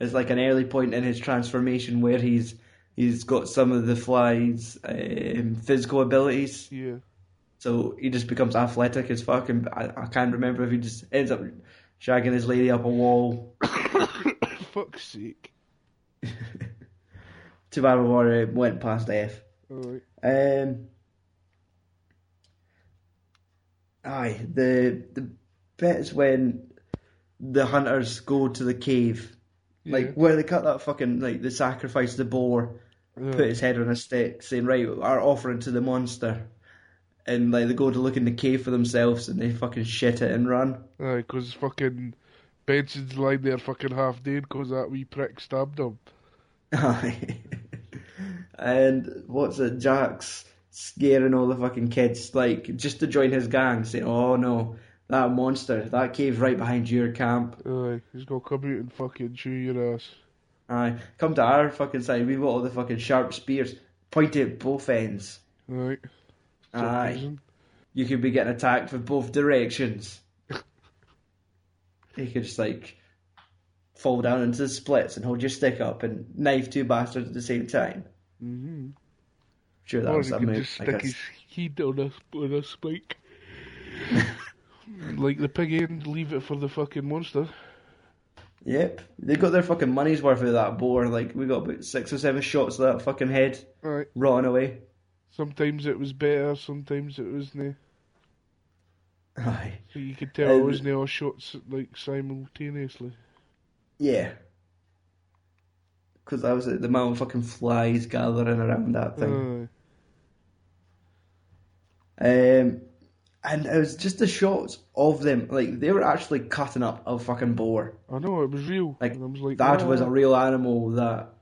[SPEAKER 3] It's like an early point in his transformation where he's he's got some of the fly's um, physical abilities,
[SPEAKER 4] Yeah. (coughs)
[SPEAKER 3] so he just becomes athletic as fuck. And I, I can't remember if he just ends up shagging his lady up a wall.
[SPEAKER 4] Fuck's sake.
[SPEAKER 3] Too bad we already uh, went past F.
[SPEAKER 4] Alright.
[SPEAKER 3] Um, aye, the the bits when the hunters go to the cave, like where they cut that fucking like they sacrifice the boar,
[SPEAKER 4] Yeah.
[SPEAKER 3] put his head on a stick, saying right, our offering to the monster, and like they go to look in the cave for themselves and they fucking shit it and run.
[SPEAKER 4] Aye, because fucking Benson's lying there fucking half dead because that wee prick stabbed him.
[SPEAKER 3] Aye, (laughs) and what's it, Jack's scaring all the fucking kids, like just to join his gang, saying, "Oh no, that monster, that cave's right behind your camp."
[SPEAKER 4] Aye, he's gonna come out and fucking chew your ass.
[SPEAKER 3] Aye, come to our fucking side. We've got all the fucking sharp spears, pointed at both ends.
[SPEAKER 4] Right.
[SPEAKER 3] Aye, you could be getting attacked from both directions. (laughs) you could just like fall down into the splits and hold your stick up and knife two bastards at the same time.
[SPEAKER 4] Mm-hmm.
[SPEAKER 3] Sure, that
[SPEAKER 4] Or
[SPEAKER 3] was
[SPEAKER 4] he
[SPEAKER 3] a
[SPEAKER 4] could
[SPEAKER 3] move.
[SPEAKER 4] just
[SPEAKER 3] like a
[SPEAKER 4] stick his head on a, on
[SPEAKER 3] (laughs)
[SPEAKER 4] a spike. like the pig end, leave it for the fucking monster.
[SPEAKER 3] Yep, they got their fucking money's worth of that boar. Like we got about six or seven shots of that fucking head
[SPEAKER 4] Right.
[SPEAKER 3] rotting away.
[SPEAKER 4] Sometimes it was better, sometimes it wasn't.
[SPEAKER 3] Aye.
[SPEAKER 4] You could tell it
[SPEAKER 3] Um,
[SPEAKER 4] wasn't all shots like simultaneously.
[SPEAKER 3] Yeah. Because that was it, the amount of fucking flies gathering around that thing.
[SPEAKER 4] Aye.
[SPEAKER 3] Um, and it was just the shots of them. Like they were actually cutting up a fucking boar.
[SPEAKER 4] I know it was real.
[SPEAKER 3] Like,
[SPEAKER 4] and I was like
[SPEAKER 3] that was
[SPEAKER 4] "Nah."
[SPEAKER 3] a real animal that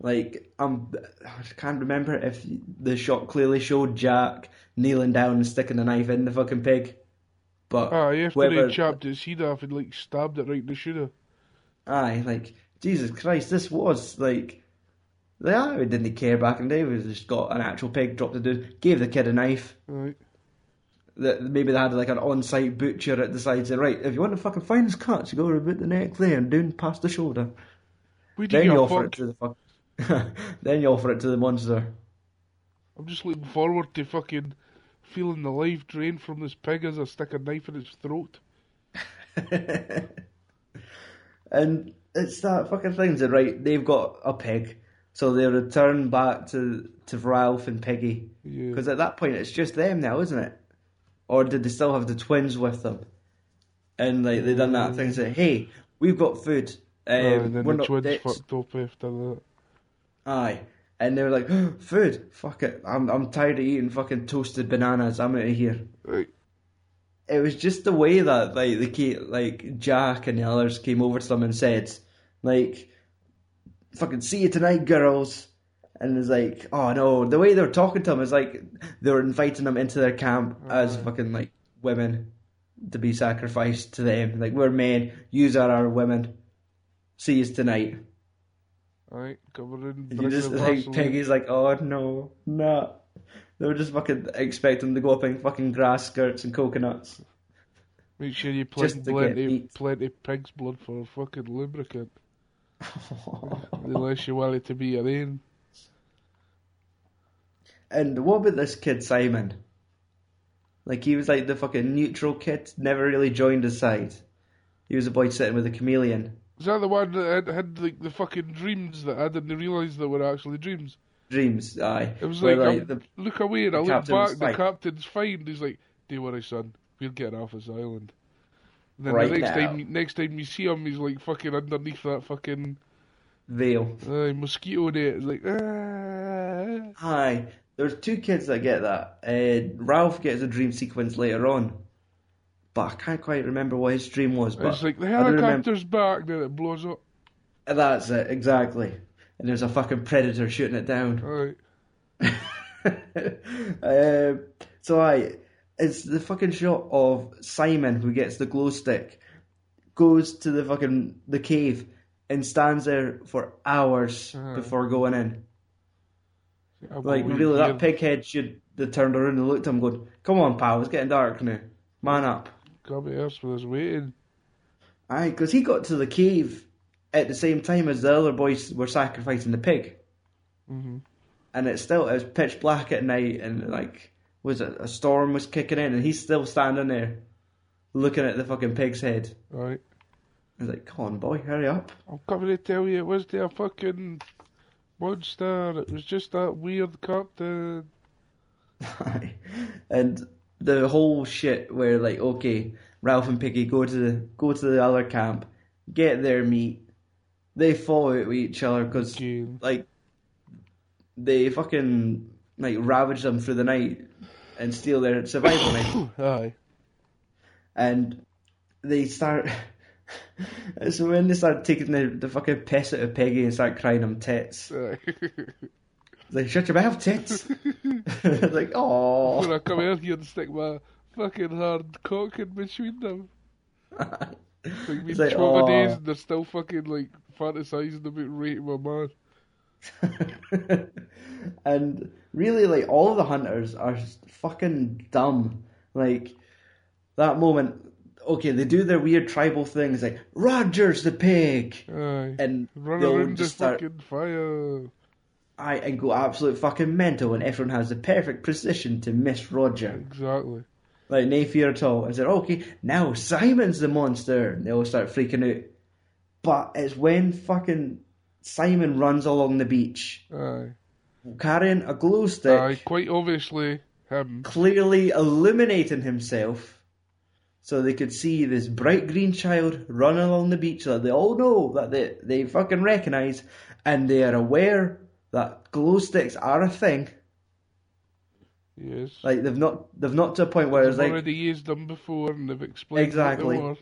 [SPEAKER 3] like I'm I just can't remember if the shot clearly showed Jack kneeling down and sticking a knife in the fucking pig. But
[SPEAKER 4] Ah, after
[SPEAKER 3] whoever-
[SPEAKER 4] they chopped his head off and like stabbed it right in the shoulder.
[SPEAKER 3] aye, like Jesus Christ, this was like the army didn't care back in the day. We just got an actual pig dropped it down, gave the kid a knife.
[SPEAKER 4] Right.
[SPEAKER 3] that maybe they had like an on-site butcher at the side saying, right, if you want to fucking find this cut, you go about the neck there and down past the shoulder.
[SPEAKER 4] We do
[SPEAKER 3] Then you
[SPEAKER 4] your
[SPEAKER 3] offer it
[SPEAKER 4] fuck.
[SPEAKER 3] to the fuck. (laughs) then you offer it to the monster.
[SPEAKER 4] I'm just looking forward to fucking feeling the life drain from this pig as I stick a knife in its throat.
[SPEAKER 3] (laughs) And it's that fucking thing that right, they've got a pig, so they return back to to Ralph and Piggy.
[SPEAKER 4] Yeah.
[SPEAKER 3] Because at that point, it's just them now, isn't it? Or did they still have the twins with them? And like they done that thing, say, "Hey, we've got food. Um,
[SPEAKER 4] Mm. Oh, and Ah, then
[SPEAKER 3] we're
[SPEAKER 4] the
[SPEAKER 3] not
[SPEAKER 4] twins
[SPEAKER 3] dicks."
[SPEAKER 4] fucked up after that.
[SPEAKER 3] Aye. And they were like, food, fuck it. I'm I'm tired of eating fucking toasted bananas. I'm out of here.
[SPEAKER 4] Right.
[SPEAKER 3] It was just the way that like the key, like Jack and the others came over to them and said, like, fucking see you tonight, girls. And it's like, oh no, the way they were talking to them is like they were inviting them into their camp as fucking like women to be sacrificed to them. Like we're men, yous are our women. See you tonight.
[SPEAKER 4] Alright, covering
[SPEAKER 3] You just like
[SPEAKER 4] Peggy.
[SPEAKER 3] Peggy's like, oh no, no. They were just fucking expecting to go up in fucking grass skirts and coconuts.
[SPEAKER 4] Make sure you plant
[SPEAKER 3] just to get
[SPEAKER 4] plenty,
[SPEAKER 3] meat.
[SPEAKER 4] plenty pig's blood for a fucking
[SPEAKER 3] (laughs)
[SPEAKER 4] lubricant. Unless you want it to be your own.
[SPEAKER 3] and what about this kid Simon? Like he was like the fucking neutral kid, never really joined his side. He was a boy sitting with a chameleon.
[SPEAKER 4] Is that the one that had, had like the fucking dreams that I didn't realise that were actually dreams?
[SPEAKER 3] Dreams, aye.
[SPEAKER 4] It was
[SPEAKER 3] Where,
[SPEAKER 4] like, um,
[SPEAKER 3] like,
[SPEAKER 4] I'm-
[SPEAKER 3] the-
[SPEAKER 4] look away and I
[SPEAKER 3] the
[SPEAKER 4] look
[SPEAKER 3] captain was
[SPEAKER 4] back, the
[SPEAKER 3] fine.
[SPEAKER 4] captain's fine. He's like, don't worry, son, we're getting off this island. And then
[SPEAKER 3] Right
[SPEAKER 4] the next
[SPEAKER 3] now.
[SPEAKER 4] time, next time you see him, he's like fucking underneath that fucking
[SPEAKER 3] veil.
[SPEAKER 4] uh, mosquito net. It's like, ah.
[SPEAKER 3] Aye. There's two kids that get that. Uh, Ralph gets a dream sequence later on. But I can't quite remember what his dream was. But
[SPEAKER 4] It's like the
[SPEAKER 3] I do remember-
[SPEAKER 4] helicopter's back, then it blows up.
[SPEAKER 3] That's it, exactly. And there's a fucking predator shooting it down. (laughs)
[SPEAKER 4] Alright.
[SPEAKER 3] uh, so I, it's the fucking shot of Simon who gets the glow stick, goes to the fucking the cave and stands there for hours before going in.
[SPEAKER 4] I'm
[SPEAKER 3] Like
[SPEAKER 4] gonna
[SPEAKER 3] really,
[SPEAKER 4] hear-
[SPEAKER 3] that pighead should have turned around and looked at him, going, "Come on, pal, it's getting dark now. Man up."
[SPEAKER 4] Can't be arsed with us waiting.
[SPEAKER 3] Aye, because he got to the cave at the same time as the other boys were sacrificing the pig. Mm-hmm. And it's still it was pitch black at night, and like was it, a storm was kicking in, and he's still standing there, looking at the fucking pig's head.
[SPEAKER 4] Alright.
[SPEAKER 3] He's like, "Come on, boy, hurry up!" (laughs)
[SPEAKER 4] I'm coming to tell you it wasn't a fucking monster. It was just that weird captain.
[SPEAKER 3] Aye. and the whole shit where like, okay, Ralph and Piggy go to the go to the other camp, get their meat. They fall out with each other because
[SPEAKER 4] Again.
[SPEAKER 3] like they fucking like ravage them through the night and steal their survival knife.
[SPEAKER 4] (coughs) Aye.
[SPEAKER 3] And they start. (laughs) so when they start taking the, the fucking piss out of Peggy and start crying him tits,
[SPEAKER 4] (laughs) Aye.
[SPEAKER 3] It's like shut your mouth, tits. (laughs) It's like oh.
[SPEAKER 4] when I come out here and stick my fucking hard cock in between
[SPEAKER 3] (laughs)
[SPEAKER 4] them. It's like me
[SPEAKER 3] It's like, oh.
[SPEAKER 4] days
[SPEAKER 3] aw.
[SPEAKER 4] and they're still fucking like fantasizing about raping my man.
[SPEAKER 3] (laughs) and really, like all of the hunters are just fucking dumb. Like that moment, okay, they do their weird tribal things, like Rogers the pig,
[SPEAKER 4] Aye.
[SPEAKER 3] and
[SPEAKER 4] Run
[SPEAKER 3] they'll
[SPEAKER 4] around the
[SPEAKER 3] just start
[SPEAKER 4] fucking fire.
[SPEAKER 3] I and go absolute fucking mental, and everyone has the perfect precision to miss
[SPEAKER 4] Mm.
[SPEAKER 3] Roger,
[SPEAKER 4] Exactly.
[SPEAKER 3] like no fear at all, and said, okay, now Simon's the monster. And they all start freaking out, but it's when fucking Simon runs along the beach
[SPEAKER 4] Aye.
[SPEAKER 3] carrying a glow stick.
[SPEAKER 4] Aye, quite obviously him.
[SPEAKER 3] clearly illuminating himself so they could see this bright green child run along the beach that they all know that they, they fucking recognize and they are aware that glow sticks are a thing
[SPEAKER 4] Yes.
[SPEAKER 3] like they've not they've not to a point where
[SPEAKER 4] They've
[SPEAKER 3] it's like
[SPEAKER 4] already used them before and they've explained
[SPEAKER 3] Exactly.
[SPEAKER 4] what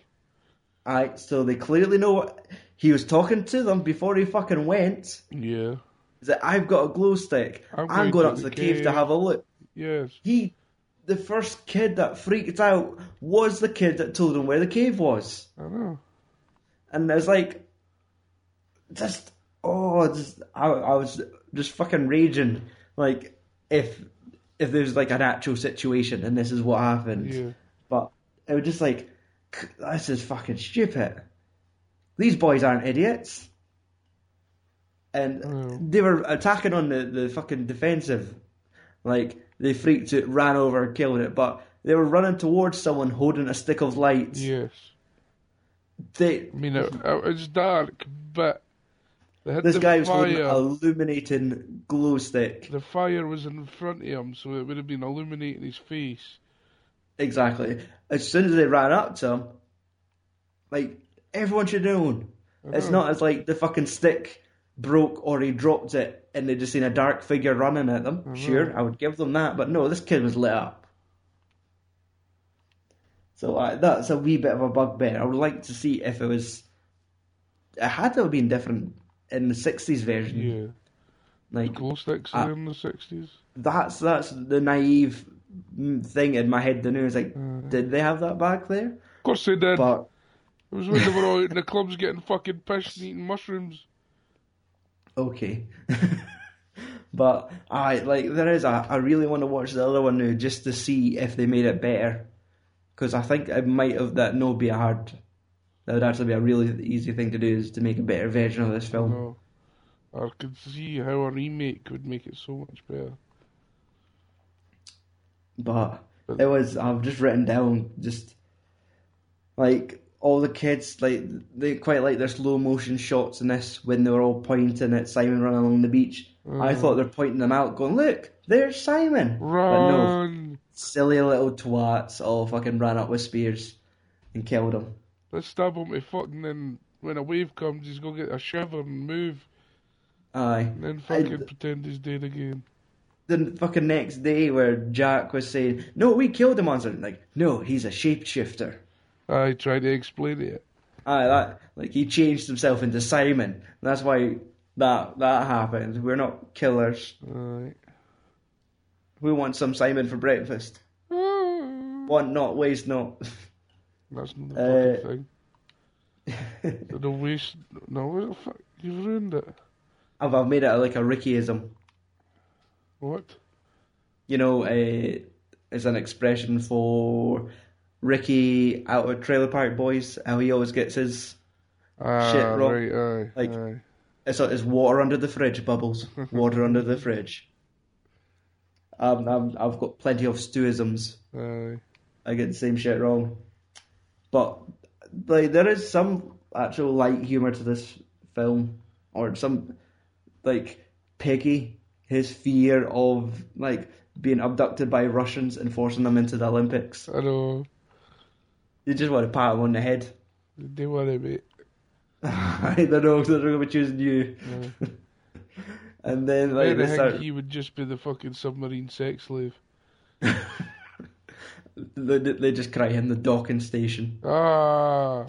[SPEAKER 3] aye so they clearly know what he was talking to them before he fucking went
[SPEAKER 4] they were. Yeah.
[SPEAKER 3] he's like i've got a glow stick
[SPEAKER 4] I'm
[SPEAKER 3] i'm, going
[SPEAKER 4] going to
[SPEAKER 3] up to
[SPEAKER 4] the
[SPEAKER 3] the cave to
[SPEAKER 4] cave."
[SPEAKER 3] have a look
[SPEAKER 4] Yes.
[SPEAKER 3] he the first kid that freaked out was the kid that told him where the cave was
[SPEAKER 4] I know.
[SPEAKER 3] and there's like just oh just I, I was just fucking raging like if if there's like an actual situation and this is what happened.
[SPEAKER 4] Yeah.
[SPEAKER 3] But it was just like, "C- this is fucking stupid. These boys aren't idiots. And
[SPEAKER 4] No.
[SPEAKER 3] they were attacking on the, the fucking defensive. Like, they freaked it, ran over, killed it, but they were running towards someone holding a stick of light.
[SPEAKER 4] Yes.
[SPEAKER 3] They,
[SPEAKER 4] I mean, it, it was dark, but they had
[SPEAKER 3] this
[SPEAKER 4] the
[SPEAKER 3] guy was holding
[SPEAKER 4] fire.
[SPEAKER 3] an illuminating glow stick.
[SPEAKER 4] The fire was in front of him, so it would have been illuminating his face.
[SPEAKER 3] Exactly. As soon as they ran up to him, like everyone should have known. It's not as like the fucking stick broke or he dropped it and they just seen a dark figure running at them. Sure, I would give them that, but no, this kid was lit up. So uh, that's a wee bit of a bugbear. I would like to see if it was. It had to have been different in the '60s version.
[SPEAKER 4] Yeah.
[SPEAKER 3] Like
[SPEAKER 4] Glow sticks
[SPEAKER 3] Ah.
[SPEAKER 4] were in the 60s.
[SPEAKER 3] that's that's the naive mm, thing in my head. The news like, did they have that back there?
[SPEAKER 4] Of course they did.
[SPEAKER 3] But
[SPEAKER 4] It was when they were all out in the clubs getting fucking pissed and eating mushrooms.
[SPEAKER 3] okay. (laughs) but I like there is a I really want to watch the other one now just to see if they made it better because I think it might have that no be a hard that would actually be a really easy thing to do is to make a better version of this film.
[SPEAKER 4] No. Oh, I could see how a remake would make it so much better.
[SPEAKER 3] But it was I've just written down just like all the kids like they quite like their slow motion shots in this when they were all pointing at Simon running along the beach. I thought they're pointing them out, going, "Look, there's Simon." But no,
[SPEAKER 4] Run!
[SPEAKER 3] silly little twats all fucking ran up with spears and killed him.
[SPEAKER 4] Let's stab him to fuck and then when a wave comes, he's going to get a shiver and move
[SPEAKER 3] Aye.
[SPEAKER 4] and then fucking
[SPEAKER 3] And-
[SPEAKER 4] pretend he's dead again.
[SPEAKER 3] the fucking next day where Jack was saying, "No, we killed the monster." Like, no, he's a shapeshifter.
[SPEAKER 4] I try to explain it.
[SPEAKER 3] Aye, that like he changed himself into Simon. And that's why that that happened. We're not killers.
[SPEAKER 4] Alright.
[SPEAKER 3] We want some Simon for breakfast. Want not, waste not. (laughs)
[SPEAKER 4] That's not the
[SPEAKER 3] Uh,
[SPEAKER 4] fucking thing. the waste. No, what the fuck? You've ruined it.
[SPEAKER 3] I've, I've made it like a Rickyism.
[SPEAKER 4] What?
[SPEAKER 3] You know, uh, it's an expression for Ricky out of Trailer Park Boys. How he always gets his
[SPEAKER 4] Ah,
[SPEAKER 3] Shit, Rob.
[SPEAKER 4] right, aye,
[SPEAKER 3] Like-
[SPEAKER 4] aye.
[SPEAKER 3] It's, it's water under the fridge, Bubbles. Water under the fridge. Um, I'm, I've got plenty of stewisms.
[SPEAKER 4] Aye.
[SPEAKER 3] I get the same shit wrong. But like, there is some actual light humour to this film, or some like Peggy, his fear of like being abducted by Russians and forcing them into the Olympics.
[SPEAKER 4] I know.
[SPEAKER 3] You just want to pat him on the head. (laughs)
[SPEAKER 4] They worry, mate.
[SPEAKER 3] I don't know. They're going to be choosing you. (laughs) and then like
[SPEAKER 4] I'd
[SPEAKER 3] they start.
[SPEAKER 4] think he would just be the fucking submarine sex slave.
[SPEAKER 3] They, they they just cry in the docking station. (laughs)
[SPEAKER 4] Ah,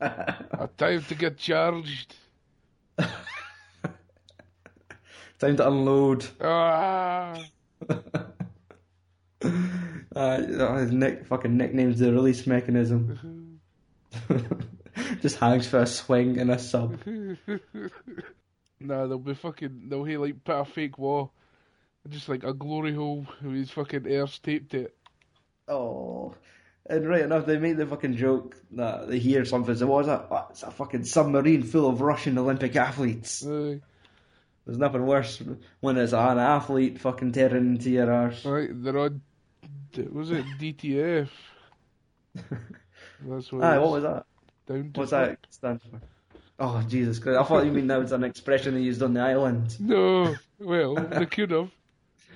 [SPEAKER 4] a time to get charged.
[SPEAKER 3] Time to unload.
[SPEAKER 4] Ah, (laughs)
[SPEAKER 3] (laughs) Uh, his nick, fucking nickname's the release mechanism. (laughs) just hangs for a swing and a sub.
[SPEAKER 4] Mm-hmm. nah, they'll be fucking. They'll he like put a fake wall, just like a glory hole with his fucking airs taped to it.
[SPEAKER 3] Oh, and right enough, they make the fucking joke that they hear something. So what was that? Oh, it's a fucking submarine full of Russian Olympic athletes.
[SPEAKER 4] Aye.
[SPEAKER 3] There's nothing worse when it's an athlete fucking tearing into your arse.
[SPEAKER 4] Right, they're on. Was it DTF?
[SPEAKER 3] (laughs)
[SPEAKER 4] That's what.
[SPEAKER 3] Aye,
[SPEAKER 4] it's
[SPEAKER 3] what was that?
[SPEAKER 4] Down to
[SPEAKER 3] What's
[SPEAKER 4] fuck.
[SPEAKER 3] that stand for? Oh Jesus Christ! I thought you mean that was an expression they used on the island.
[SPEAKER 4] No, well, they could have.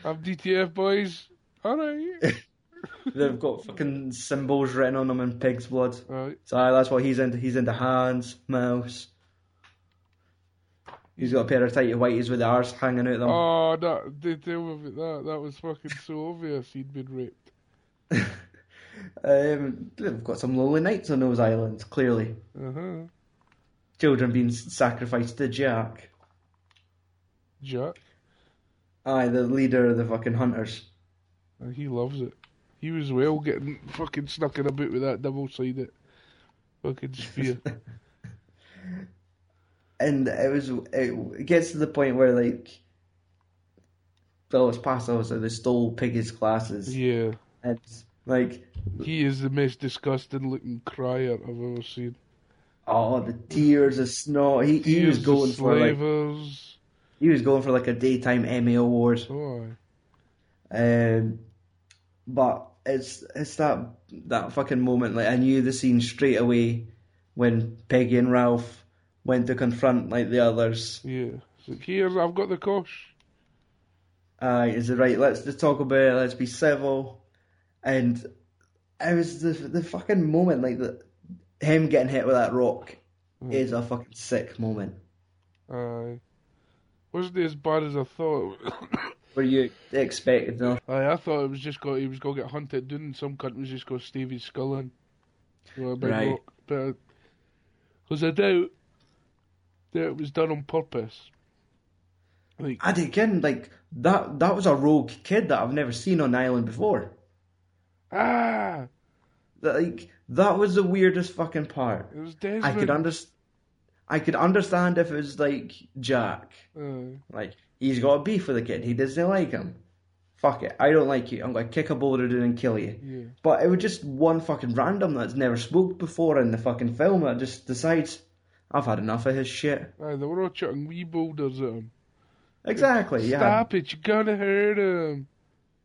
[SPEAKER 4] I'm DTF boys. All right.
[SPEAKER 3] (laughs) They've got fucking symbols written on them in pig's blood.
[SPEAKER 4] All right.
[SPEAKER 3] So aye, that's what he's into. He's into hands, mouths. He's got a pair of tighty whities with the arse hanging out them.
[SPEAKER 4] Oh, that they tell me about that. That was fucking so obvious. He'd been raped.
[SPEAKER 3] Um, they've got some lonely nights on those islands, clearly.
[SPEAKER 4] Uh huh.
[SPEAKER 3] Children being s- sacrificed to Jack.
[SPEAKER 4] Jack,
[SPEAKER 3] Aye, the leader of the fucking hunters.
[SPEAKER 4] uh, he loves it. He was well getting fucking snuck in a boot with that double-sided
[SPEAKER 3] (laughs)
[SPEAKER 4] fucking spear.
[SPEAKER 3] and it was it, it gets to the point where like Bill was past us that they stole Piggy's glasses.
[SPEAKER 4] Yeah,
[SPEAKER 3] And like,
[SPEAKER 4] he is the most disgusting looking crier I've ever seen.
[SPEAKER 3] oh, the tears of snot. He, he was
[SPEAKER 4] Tears of
[SPEAKER 3] going for like
[SPEAKER 4] slavers.
[SPEAKER 3] he was going for like a daytime Emmy award.
[SPEAKER 4] Oh, aye.
[SPEAKER 3] Um, but it's it's that that fucking moment. Like I knew the scene straight away when Peggy and Ralph went to confront like the others.
[SPEAKER 4] yeah. It's like, here, I've got the kosh.
[SPEAKER 3] Uh, is it right? Let's just talk about it. Let's be civil. And it was the the fucking moment like the, him getting hit with that rock is a fucking sick moment.
[SPEAKER 4] Aye. Wasn't as bad as I thought. (coughs)
[SPEAKER 3] Where you expected nothing.
[SPEAKER 4] Aye, I thought it was just going. He was going to get hunted down. and Some cunt was just going to stave his skull in. With a big
[SPEAKER 3] Right.
[SPEAKER 4] rock. But because I doubt that it was done on purpose. Like,
[SPEAKER 3] And again, like that that was a rogue kid that I've never seen on the island before.
[SPEAKER 4] ah,
[SPEAKER 3] That, like that was the weirdest fucking part.
[SPEAKER 4] it was Desmond.
[SPEAKER 3] I could understand. I could understand if it was like Jack,
[SPEAKER 4] Aye.
[SPEAKER 3] like he's got a beef with the kid, he doesn't like him. Fuck it, I don't like you. I'm gonna kick a boulder down and kill you.
[SPEAKER 4] Yeah.
[SPEAKER 3] But it was just one fucking random that's never spoke before in the fucking film that just decides I've had enough of his shit.
[SPEAKER 4] Aye, they were all chucking wee boulders at him.
[SPEAKER 3] Exactly, yeah.
[SPEAKER 4] Stop it! You're gonna hurt him.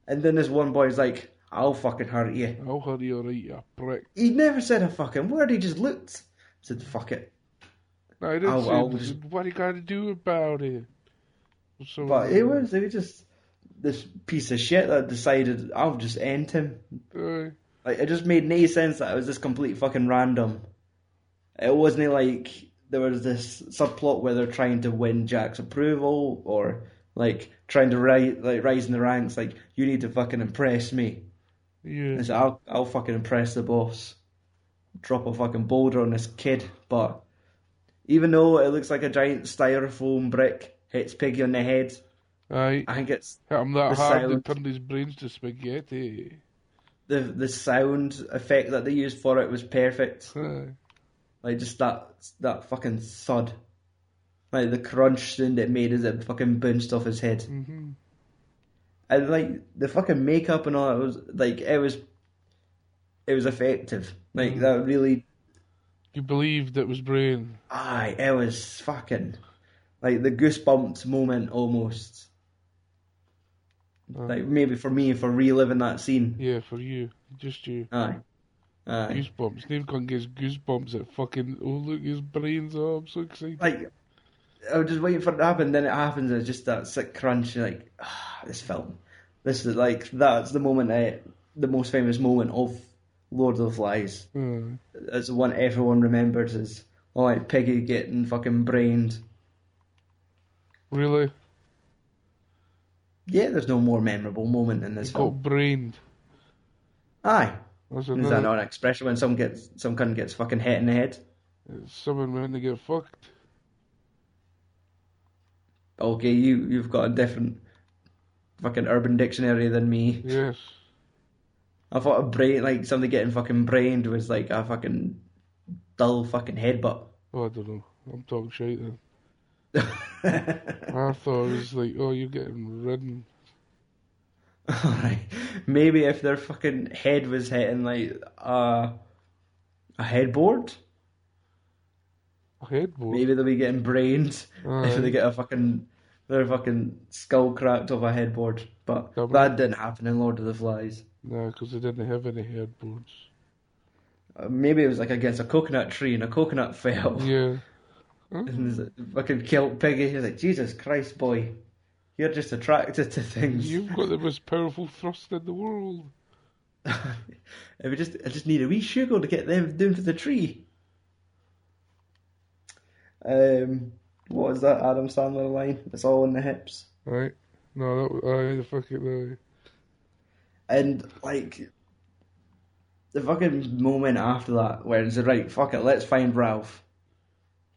[SPEAKER 3] And then this one boy's like, "I'll fucking hurt you."
[SPEAKER 4] I'll hurt you, alright, you prick.
[SPEAKER 3] He never said a fucking word. He just looked. Said, "Fuck it."
[SPEAKER 4] No, I didn't
[SPEAKER 3] I'll-
[SPEAKER 4] say
[SPEAKER 3] I'll
[SPEAKER 4] this.
[SPEAKER 3] just-
[SPEAKER 4] what you got to do about it. Or something
[SPEAKER 3] But it
[SPEAKER 4] like that.
[SPEAKER 3] was it was just this piece of shit that decided I'll just end him.
[SPEAKER 4] Aye.
[SPEAKER 3] Like it just made no sense that it was this complete fucking random. It wasn't like there was this subplot where they're trying to win Jack's approval or like trying to rise like rise in the ranks. Like you need to fucking impress me.
[SPEAKER 4] yeah.
[SPEAKER 3] And so I'll I'll fucking impress the boss. Drop a fucking boulder on this kid, but even though it looks like a giant styrofoam brick hits Piggy on the head,
[SPEAKER 4] Aye.
[SPEAKER 3] I think it's
[SPEAKER 4] Hit him that
[SPEAKER 3] The
[SPEAKER 4] hard they
[SPEAKER 3] silence.
[SPEAKER 4] turned his brains to spaghetti.
[SPEAKER 3] the the sound effect that they used for it was perfect.
[SPEAKER 4] Aye.
[SPEAKER 3] Like just that that fucking thud, like the crunch sound it made as it fucking bounced off his head,
[SPEAKER 4] Mhm.
[SPEAKER 3] and like the fucking makeup and all that was like it was, it was effective. Like that really,
[SPEAKER 4] You believed it was brain.
[SPEAKER 3] aye, it was fucking, like the goosebumps moment almost. Like maybe for me for reliving that scene,
[SPEAKER 4] Yeah, for you. Just you.
[SPEAKER 3] aye, aye.
[SPEAKER 4] Goosebumps. Dave Gunn gets goosebumps at fucking. Oh, look, his brains. Oh, I'm so excited.
[SPEAKER 3] like I was just waiting for it to happen, then it happens, and it's just that sick crunch. You're like, ah, this film, this is like that's the moment, I, the most famous moment of Lord of the Flies.
[SPEAKER 4] Aye.
[SPEAKER 3] It's the one everyone remembers is oh, like Piggy getting fucking brained.
[SPEAKER 4] Really?
[SPEAKER 3] Yeah, there's no more memorable moment in this film.
[SPEAKER 4] Got brained.
[SPEAKER 3] Aye,
[SPEAKER 4] That's
[SPEAKER 3] is that
[SPEAKER 4] another.
[SPEAKER 3] not an expression when some gets some cunt gets fucking hit in the head?
[SPEAKER 4] Someone went to get fucked.
[SPEAKER 3] Okay, you you've got a different fucking urban dictionary than me.
[SPEAKER 4] Yes.
[SPEAKER 3] I thought a brain, like somebody getting fucking brained was like a fucking dull fucking headbutt. (laughs)
[SPEAKER 4] Oh, I don't know. I'm talking shit then. I thought it was like, oh, you're getting ridden.
[SPEAKER 3] Alright. Maybe if their fucking head was hitting like a a headboard,
[SPEAKER 4] A headboard.
[SPEAKER 3] maybe they'll be getting brained (laughs) if
[SPEAKER 4] Aye.
[SPEAKER 3] they get a fucking their fucking skull cracked off a headboard. But
[SPEAKER 4] Double.
[SPEAKER 3] that didn't happen in Lord of the Flies.
[SPEAKER 4] No, because they didn't have any headboards.
[SPEAKER 3] Uh, Maybe it was like against a coconut tree and a coconut fell.
[SPEAKER 4] Yeah.
[SPEAKER 3] And the fucking kilt piggy. He's like, Jesus Christ, boy. You're just attracted to things. (laughs)
[SPEAKER 4] You've got the most powerful thrust in the world.
[SPEAKER 3] I would just I just need a wee sugar to get them down to the tree. Um, what was that Adam Sandler line? It's all in the hips.
[SPEAKER 4] Right? No, that was, aye, the fucking, uh,
[SPEAKER 3] And like the fucking moment after that where it's right, fuck it, let's find Ralph.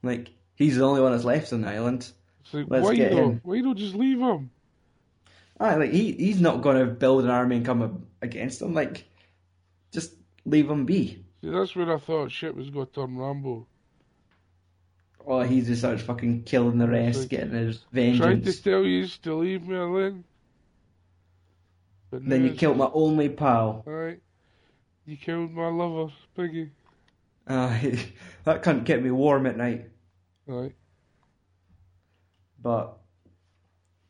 [SPEAKER 3] Like, he's the only one that's left on the island.
[SPEAKER 4] aye. It's like,
[SPEAKER 3] Let's
[SPEAKER 4] why
[SPEAKER 3] get
[SPEAKER 4] not?
[SPEAKER 3] him.
[SPEAKER 4] Why not just leave him?
[SPEAKER 3] Ah, like he he's not gonna build an army and come up against them. Like, just leave him be.
[SPEAKER 4] See, that's when I thought shit was going to turn Rambo.
[SPEAKER 3] Or he just starts fucking killing the rest,
[SPEAKER 4] Like,
[SPEAKER 3] getting his
[SPEAKER 4] Tried
[SPEAKER 3] vengeance.
[SPEAKER 4] to tell you to leave me alone. But
[SPEAKER 3] Then you
[SPEAKER 4] no,
[SPEAKER 3] killed my only pal.
[SPEAKER 4] Alright. You killed my lover, Piggy.
[SPEAKER 3] Aye, (laughs) that cunt kept me warm at night.
[SPEAKER 4] Right.
[SPEAKER 3] But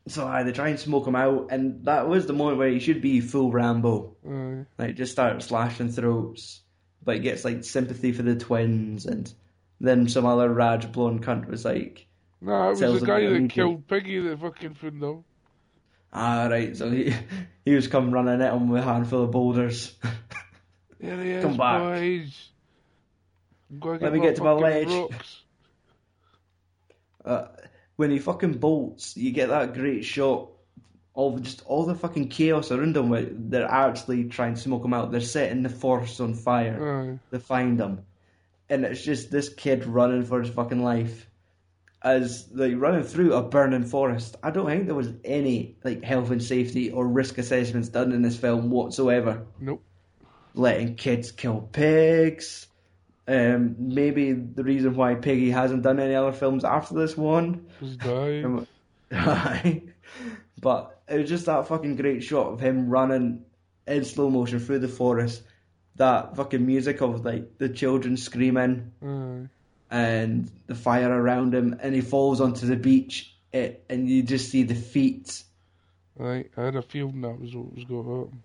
[SPEAKER 3] so aye, they try and smoke him out, and that was the moment where he should be full Rambo,
[SPEAKER 4] Aye.
[SPEAKER 3] like just start slashing throats. But he gets like sympathy for the twins, and then some other raj blown cunt was like,
[SPEAKER 4] Nah, it
[SPEAKER 3] Tells
[SPEAKER 4] was
[SPEAKER 3] them
[SPEAKER 4] the guy
[SPEAKER 3] they
[SPEAKER 4] that
[SPEAKER 3] need to-
[SPEAKER 4] killed Piggy that fucking found them.
[SPEAKER 3] "Ah, right." So he (laughs) he was come running at him with a handful of boulders. (laughs)
[SPEAKER 4] There he is,
[SPEAKER 3] Come back.
[SPEAKER 4] boys. I'm gonna
[SPEAKER 3] Let me get to my
[SPEAKER 4] fucking
[SPEAKER 3] ledge.
[SPEAKER 4] Rocks.
[SPEAKER 3] uh, when he fucking bolts, you get that great shot of just all the fucking chaos around him. Where they're actually trying to smoke him out. They're setting the forest on fire
[SPEAKER 4] Aye.
[SPEAKER 3] to find him, and it's just this kid running for his fucking life as like running through a burning forest. I don't think there was any like health and safety or risk assessments done in this film whatsoever
[SPEAKER 4] Nope.
[SPEAKER 3] letting kids kill pigs. Um, maybe the reason why Piggy hasn't done any other films after this one.
[SPEAKER 4] He's
[SPEAKER 3] Um,
[SPEAKER 4] dying.
[SPEAKER 3] (laughs) but it was just that fucking great shot of him running in slow motion through the forest. That fucking music of like the children screaming
[SPEAKER 4] Aye.
[SPEAKER 3] and the fire around him, and he falls onto the beach, it, and you just see the feet
[SPEAKER 4] Right, I had a feeling that was what was going on.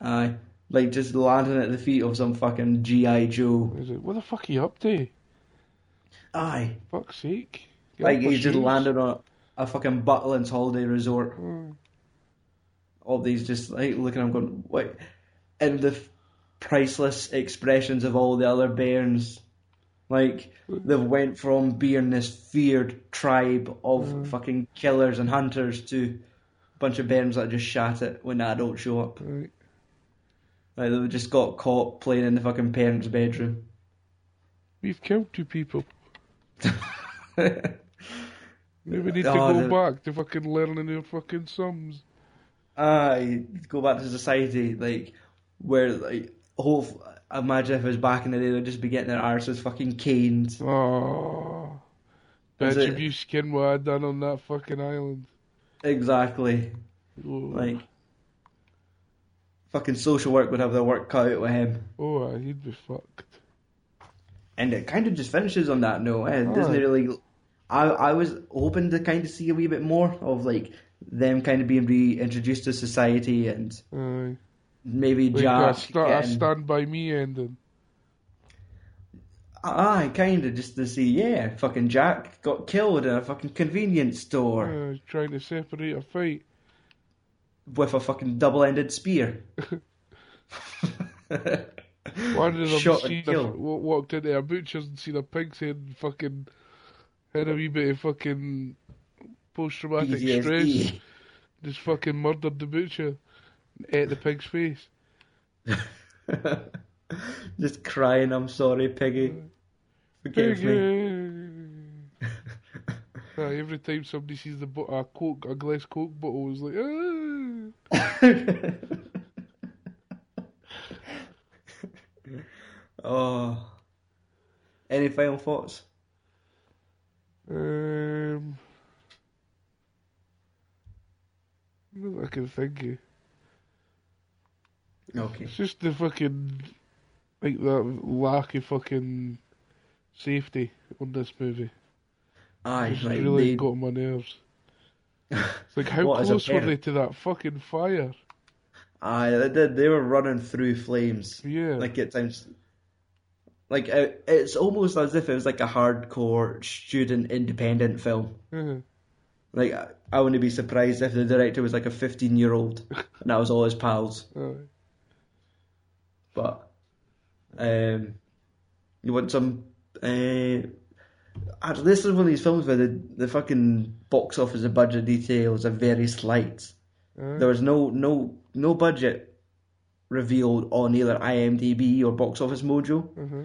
[SPEAKER 3] Aye, like just landing at the feet of some fucking G.I. Joe.
[SPEAKER 4] I was like, what the fuck are you up to?
[SPEAKER 3] Aye.
[SPEAKER 4] Fuck's sake. Get
[SPEAKER 3] Like
[SPEAKER 4] off my
[SPEAKER 3] he's just
[SPEAKER 4] shoes. Oh,
[SPEAKER 3] landed on a fucking Butlins holiday resort.
[SPEAKER 4] Aye.
[SPEAKER 3] All these just like looking at him going, what? And the f- priceless expressions of all the other bairns. Like they've went from being this feared tribe of fucking killers and hunters to a bunch of bairns that just shat it when I don't show up.
[SPEAKER 4] Right.
[SPEAKER 3] Like they just got caught playing in the fucking parents' bedroom. (laughs)
[SPEAKER 4] We've killed two people. Maybe we need to
[SPEAKER 3] Oh,
[SPEAKER 4] go
[SPEAKER 3] the- back
[SPEAKER 4] back to fucking learning their fucking sums.
[SPEAKER 3] I go back to society, like where like whole. Imagine if it was back in the day, they'd just be getting their arses fucking caned.
[SPEAKER 4] Oh.
[SPEAKER 3] Is
[SPEAKER 4] Bitch,
[SPEAKER 3] it-
[SPEAKER 4] if you skin what I done on that fucking island.
[SPEAKER 3] Exactly,
[SPEAKER 4] Oh,
[SPEAKER 3] like fucking social work would have their work cut out with him.
[SPEAKER 4] oh aye, he'd be fucked.
[SPEAKER 3] And it kind of just finishes on that note. Eh? It doesn't
[SPEAKER 4] Alright.
[SPEAKER 3] really. I I was hoping to kind of see a wee bit more of like them kind of being reintroduced to society and
[SPEAKER 4] Aye.
[SPEAKER 3] maybe
[SPEAKER 4] Like
[SPEAKER 3] Jack.
[SPEAKER 4] a, sta- a
[SPEAKER 3] getting-
[SPEAKER 4] stand by me ending.
[SPEAKER 3] Aye, kind of just to see, yeah, fucking Jack got killed in a fucking convenience store
[SPEAKER 4] Aye, trying to separate a fight.
[SPEAKER 3] with a fucking double-ended spear. (laughs)
[SPEAKER 4] One of them
[SPEAKER 3] Shot and
[SPEAKER 4] seen a,
[SPEAKER 3] killed.
[SPEAKER 4] wa- walked into a butcher's and seen a pig's head and fucking had a wee bit of fucking post traumatic stress.
[SPEAKER 3] PTSD.
[SPEAKER 4] Just fucking murdered the butcher and ate the pig's face.
[SPEAKER 3] (laughs) Just crying, I'm sorry, Piggy. Forgive me.
[SPEAKER 4] (laughs) Piggy. Aye, every time somebody sees the bo- a coke, a glass coke bottle, is like, ah.
[SPEAKER 3] (laughs) Oh. Any final thoughts?
[SPEAKER 4] Um, not that I can think of.
[SPEAKER 3] Okay.
[SPEAKER 4] It's just the fucking like that lack of fucking safety on this movie.
[SPEAKER 3] Aye,
[SPEAKER 4] It's
[SPEAKER 3] like,
[SPEAKER 4] really
[SPEAKER 3] they-
[SPEAKER 4] got on my nerves.
[SPEAKER 3] (laughs)
[SPEAKER 4] It's like how
[SPEAKER 3] What, as a
[SPEAKER 4] close were
[SPEAKER 3] parent?
[SPEAKER 4] they to that fucking fire?
[SPEAKER 3] Aye, they did. They were running through flames.
[SPEAKER 4] Yeah.
[SPEAKER 3] Like at times, like it, it's almost as if it was like a hardcore student independent film.
[SPEAKER 4] Yeah.
[SPEAKER 3] Like I, I wouldn't be surprised if the director was like a fifteen-year-old and that was all his pals.
[SPEAKER 4] Aye.
[SPEAKER 3] But um, you want some? Uh, actually, this is one of these films where the the fucking box office and budget details are very slight.
[SPEAKER 4] Aye.
[SPEAKER 3] There was no no no budget revealed on either IMDb or Box Office Mojo,
[SPEAKER 4] Uh-huh.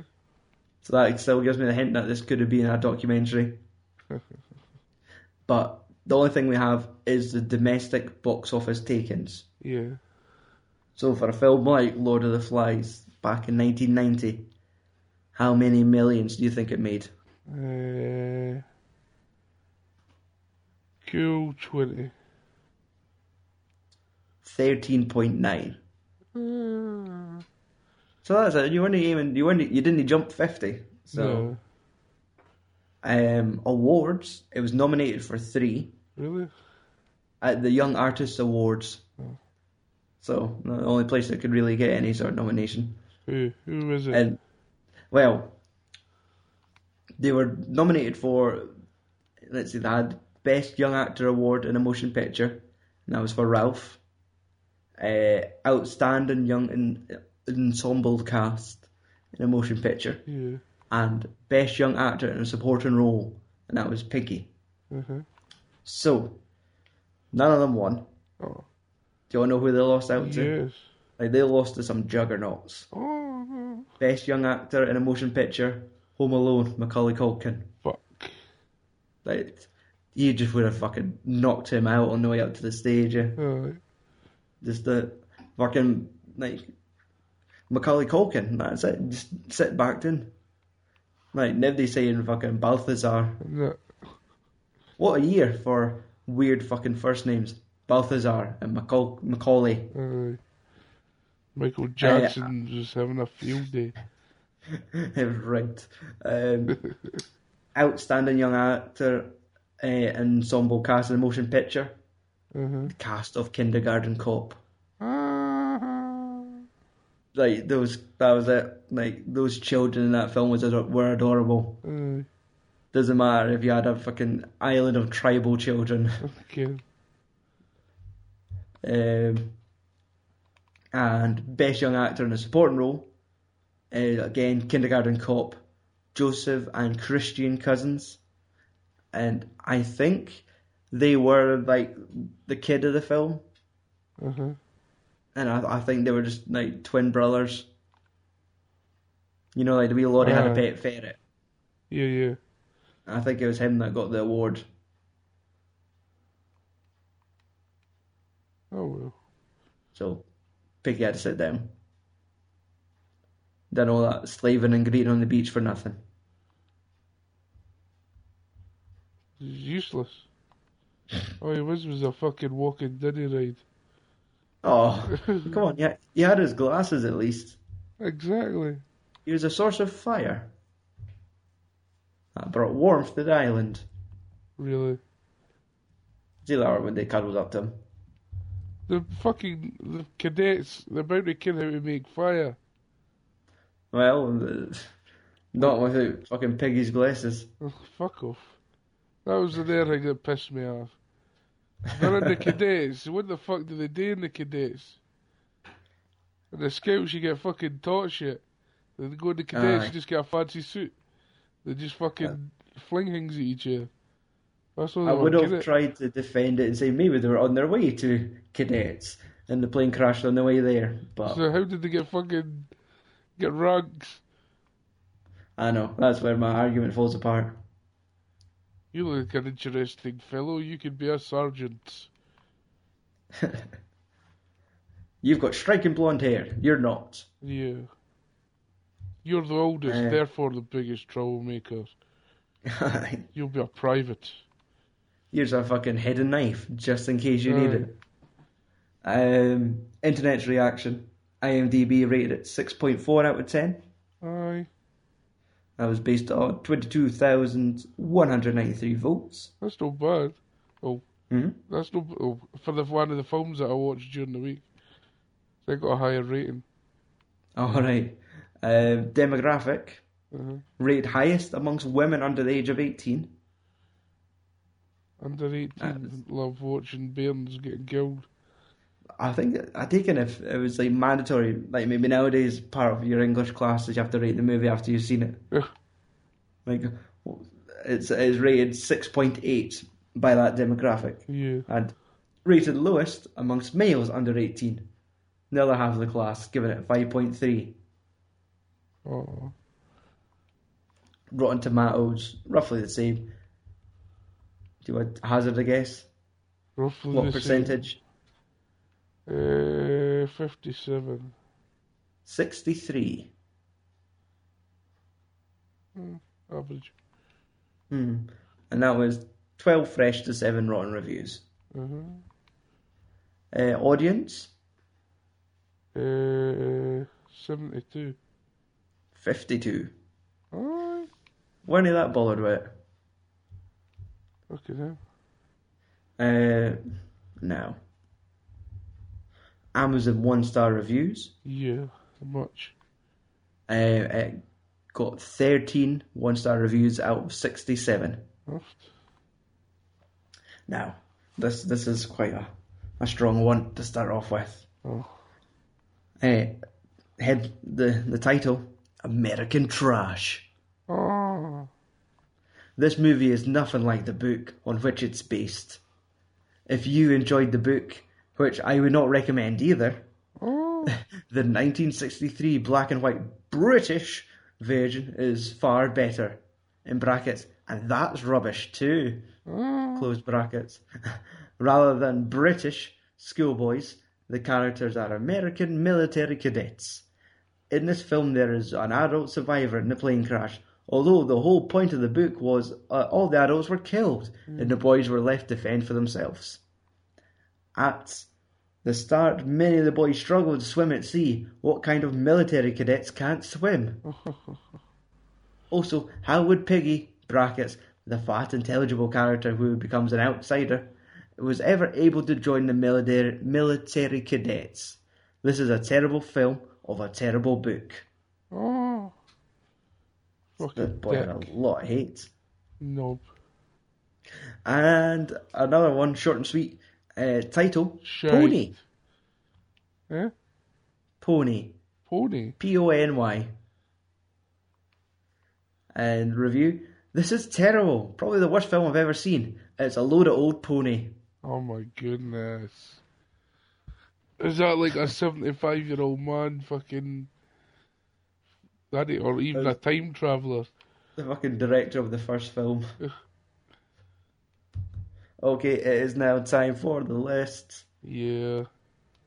[SPEAKER 3] so that still gives me the hint that this could have been a documentary. but the only thing we have is the domestic box office takings.
[SPEAKER 4] Yeah.
[SPEAKER 3] So for a film like Lord of the Flies back in 1990, how many millions do you think it made?
[SPEAKER 4] Uh, cool 20.
[SPEAKER 3] 13.9. So that's it. You only even you only you didn't jump fifty. So
[SPEAKER 4] No.
[SPEAKER 3] um, awards. It was nominated for three
[SPEAKER 4] Really?
[SPEAKER 3] at the Young Artists Awards. So the only place that could really get any sort of nomination.
[SPEAKER 4] Who, who was it?
[SPEAKER 3] And well, they were nominated for. Let's see, they had Best Young Actor Award in a Motion Picture, and that was for Ralph. Uh, outstanding Young in, Ensemble Cast in a Motion Picture,
[SPEAKER 4] yeah.
[SPEAKER 3] and Best Young Actor in a Supporting Role, and that was Piggy.
[SPEAKER 4] Uh-huh.
[SPEAKER 3] So, none of them won.
[SPEAKER 4] Oh,
[SPEAKER 3] Do you want to know who they lost out to?
[SPEAKER 4] yes.
[SPEAKER 3] Like, they lost to some juggernauts.
[SPEAKER 4] Oh, no.
[SPEAKER 3] Best Young Actor in a Motion Picture, Home Alone, Macaulay Culkin.
[SPEAKER 4] fuck.
[SPEAKER 3] Like, you just would have fucking knocked him out on the way up to the stage. yeah.
[SPEAKER 4] Alright.
[SPEAKER 3] Just the fucking, like, Macaulay Culkin, that's it. Just sit back then. Like, nobody saying fucking Balthazar.
[SPEAKER 4] No.
[SPEAKER 3] What a year for weird fucking first names. Balthazar and Macaul- Macaulay. (laughs)
[SPEAKER 4] Alright. Michael Jackson was having a field day.
[SPEAKER 3] right. Um, outstanding young actor, uh, ensemble cast in a motion picture.
[SPEAKER 4] Uh-huh.
[SPEAKER 3] Cast of Kindergarten Cop.
[SPEAKER 4] Ah.
[SPEAKER 3] Like those, that was it. Like those children in that film was ador- were adorable.
[SPEAKER 4] Aye.
[SPEAKER 3] Doesn't matter if you had a fucking island of tribal children.
[SPEAKER 4] Okay.
[SPEAKER 3] Um, and best young actor in a supporting role. Uh, again, Kindergarten Cop, Joseph and Christian Cousins, and I think they were like the kid of the film,
[SPEAKER 4] Uh-huh.
[SPEAKER 3] and I, I think they were just like twin brothers. You know, like the wee Lottie had a
[SPEAKER 4] Aye.
[SPEAKER 3] pet ferret.
[SPEAKER 4] Yeah, yeah.
[SPEAKER 3] I think it was him that got the award.
[SPEAKER 4] Oh, well.
[SPEAKER 3] So Piggy had to sit down. Done all that slaving and greeting on the beach for nothing.
[SPEAKER 4] He's useless. All he was was a fucking walking diddy ride.
[SPEAKER 3] Oh, come on, yeah, he had his glasses at least.
[SPEAKER 4] Exactly.
[SPEAKER 3] He was a source of fire. That brought warmth to the island.
[SPEAKER 4] Really.
[SPEAKER 3] See that when they cuddled up to him.
[SPEAKER 4] The fucking the cadets, they're about to kill how to make fire.
[SPEAKER 3] Well, (laughs) not without fucking Piggy's glasses.
[SPEAKER 4] Ugh, fuck off. That was the other thing that pissed me off.
[SPEAKER 3] (laughs)
[SPEAKER 4] They're in the cadets. What the fuck do they do in the cadets? In the scouts, you get fucking taught shit. They go in the cadets,
[SPEAKER 3] Aye.
[SPEAKER 4] you just get a fancy suit. They just fucking fling things at each other. That's all they
[SPEAKER 3] I would
[SPEAKER 4] were
[SPEAKER 3] have
[SPEAKER 4] Oh, good at.
[SPEAKER 3] tried to defend it and say maybe they were on their way to cadets and the plane crashed on the way there, but
[SPEAKER 4] So how did they get fucking get rugs?
[SPEAKER 3] I know, that's where my argument falls apart.
[SPEAKER 4] You look like an interesting fellow. You could be a sergeant.
[SPEAKER 3] You've got striking blonde hair, you're not.
[SPEAKER 4] Yeah. You're the oldest,
[SPEAKER 3] Aye.
[SPEAKER 4] therefore the biggest troublemaker. You'll be a private.
[SPEAKER 3] Here's a fucking hidden knife, just in case you need
[SPEAKER 4] Aye.
[SPEAKER 3] it. Um, internet's reaction. IMDb rated it 6.4 out of 10.
[SPEAKER 4] Aye,
[SPEAKER 3] That was based on 22,193 votes.
[SPEAKER 4] that's not bad. Oh,
[SPEAKER 3] hmm
[SPEAKER 4] that's no oh, for the one of the films that I watched during the week. They got a higher rating.
[SPEAKER 3] Alright. Um, demographic.
[SPEAKER 4] Uh-huh.
[SPEAKER 3] Rated highest amongst women under the age of 18.
[SPEAKER 4] Under eighteen,
[SPEAKER 3] That's-
[SPEAKER 4] love watching bairns get killed.
[SPEAKER 3] I think, I take it if it was like mandatory, like maybe nowadays part of your English class is you have to rate the movie after you've seen it.
[SPEAKER 4] Ugh,
[SPEAKER 3] Like, it's, it's rated 6.8 by that demographic.
[SPEAKER 4] yeah,
[SPEAKER 3] and rated lowest amongst males under 18. The other half of the class giving it 5.3.
[SPEAKER 4] oh,
[SPEAKER 3] Rotten Tomatoes, roughly the same. Do I hazard a guess?
[SPEAKER 4] roughly
[SPEAKER 3] What
[SPEAKER 4] the
[SPEAKER 3] percentage?
[SPEAKER 4] Same. Uh, fifty-seven.
[SPEAKER 3] 63.
[SPEAKER 4] Average.
[SPEAKER 3] Hmm. And that was 12 fresh to 7 rotten reviews.
[SPEAKER 4] Uh-huh.
[SPEAKER 3] Uh, audience,
[SPEAKER 4] Uh, 72.
[SPEAKER 3] 52.
[SPEAKER 4] Alright.
[SPEAKER 3] Weren't you that bothered with it?
[SPEAKER 4] Okay, now.
[SPEAKER 3] Uh, no. Amazon one star reviews.
[SPEAKER 4] Yeah, much.
[SPEAKER 3] Uh, it got 13 one star reviews out of 67.
[SPEAKER 4] Oft.
[SPEAKER 3] Now, this this is quite a, a strong one to start off with.
[SPEAKER 4] Oh.
[SPEAKER 3] Uh, head the, the title American Trash.
[SPEAKER 4] Oh.
[SPEAKER 3] This movie is nothing like the book on which it's based. If you enjoyed the book, which I would not recommend either, (laughs)
[SPEAKER 4] Oh.
[SPEAKER 3] the 1963 black and white British version is far better. In brackets, and that's rubbish too. Close brackets. (laughs) Rather than British schoolboys, the characters are American military cadets. In this film, there is an adult survivor in the plane crash, although the whole point of the book was uh, all the adults were killed and the boys were left to fend for themselves. At the start, many of the boys struggle to swim at sea. What kind of military cadets can't swim? also, how would Piggy, brackets, the fat, intelligible character who becomes an outsider, was ever able to join the military, military cadets? This is a terrible film of a terrible book.
[SPEAKER 4] Oh. Fucking
[SPEAKER 3] That boy had
[SPEAKER 4] dick.
[SPEAKER 3] a lot of hate.
[SPEAKER 4] Knob.
[SPEAKER 3] And another one, short and sweet, uh, title
[SPEAKER 4] Shite.
[SPEAKER 3] Pony.
[SPEAKER 4] Eh?
[SPEAKER 3] Pony.
[SPEAKER 4] Pony.
[SPEAKER 3] P O N Y. And review. This is terrible. Probably the worst film I've ever seen. It's a load of old pony.
[SPEAKER 4] Oh my goodness. Is that like a 75 year old man fucking. That it, or even a time traveller?
[SPEAKER 3] The fucking director of the first film. okay, it is now time for the list
[SPEAKER 4] Yeah.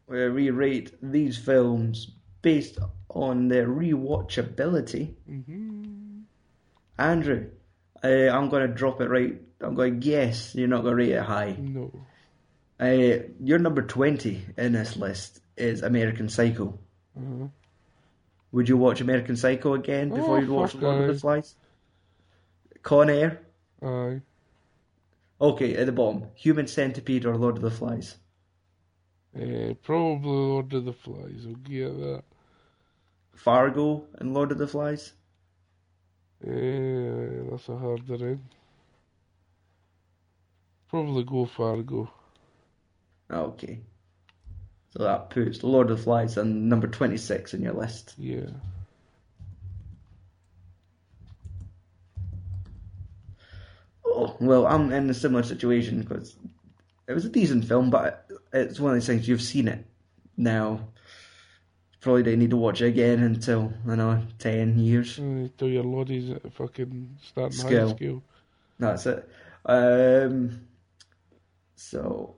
[SPEAKER 3] where we rate these films based on their rewatchability. Andrew, uh, I'm going to drop it right. I'm going to guess you're not going to rate it high.
[SPEAKER 4] No.
[SPEAKER 3] Uh, your number 20 in this list is American Psycho. Would you watch American Psycho again before
[SPEAKER 4] Oh,
[SPEAKER 3] you'd watch
[SPEAKER 4] fuck
[SPEAKER 3] Lord of the
[SPEAKER 4] no.
[SPEAKER 3] Flies? Con Air?
[SPEAKER 4] Aye.
[SPEAKER 3] Okay, at the bottom. Human Centipede or Lord of the Flies?
[SPEAKER 4] Eh, probably Lord of the Flies. I'll get that.
[SPEAKER 3] Fargo and Lord of the Flies?
[SPEAKER 4] Eh, that's a harder end. Probably go Fargo.
[SPEAKER 3] Ah, Okay. So that puts Lord of the Flies on number 26 in your list.
[SPEAKER 4] Yeah.
[SPEAKER 3] Oh, well, I'm in a similar situation because it was a decent film, but it's one of those things you've seen it now. Probably don't need to watch it again until I know ten years.
[SPEAKER 4] Eh, till your lorries at fucking starting high
[SPEAKER 3] Scale.
[SPEAKER 4] school.
[SPEAKER 3] That's it. Um, so,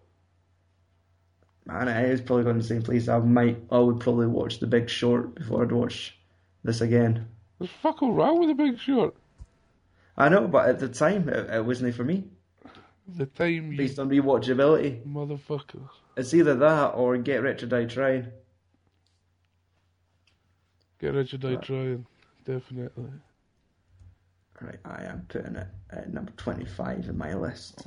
[SPEAKER 3] man, I was probably going to the same place. I might, I would probably watch The Big Short before I'd watch this again.
[SPEAKER 4] There's fuck all wrong with the big short.
[SPEAKER 3] I know, but at the time, it, it wasn't for me.
[SPEAKER 4] The time you
[SPEAKER 3] Based on rewatchability,
[SPEAKER 4] motherfucker.
[SPEAKER 3] it's either that or Get Rich or Die Trying.
[SPEAKER 4] Get Richard I trying. Definitely.
[SPEAKER 3] Right, I am putting it at number 25 in my list.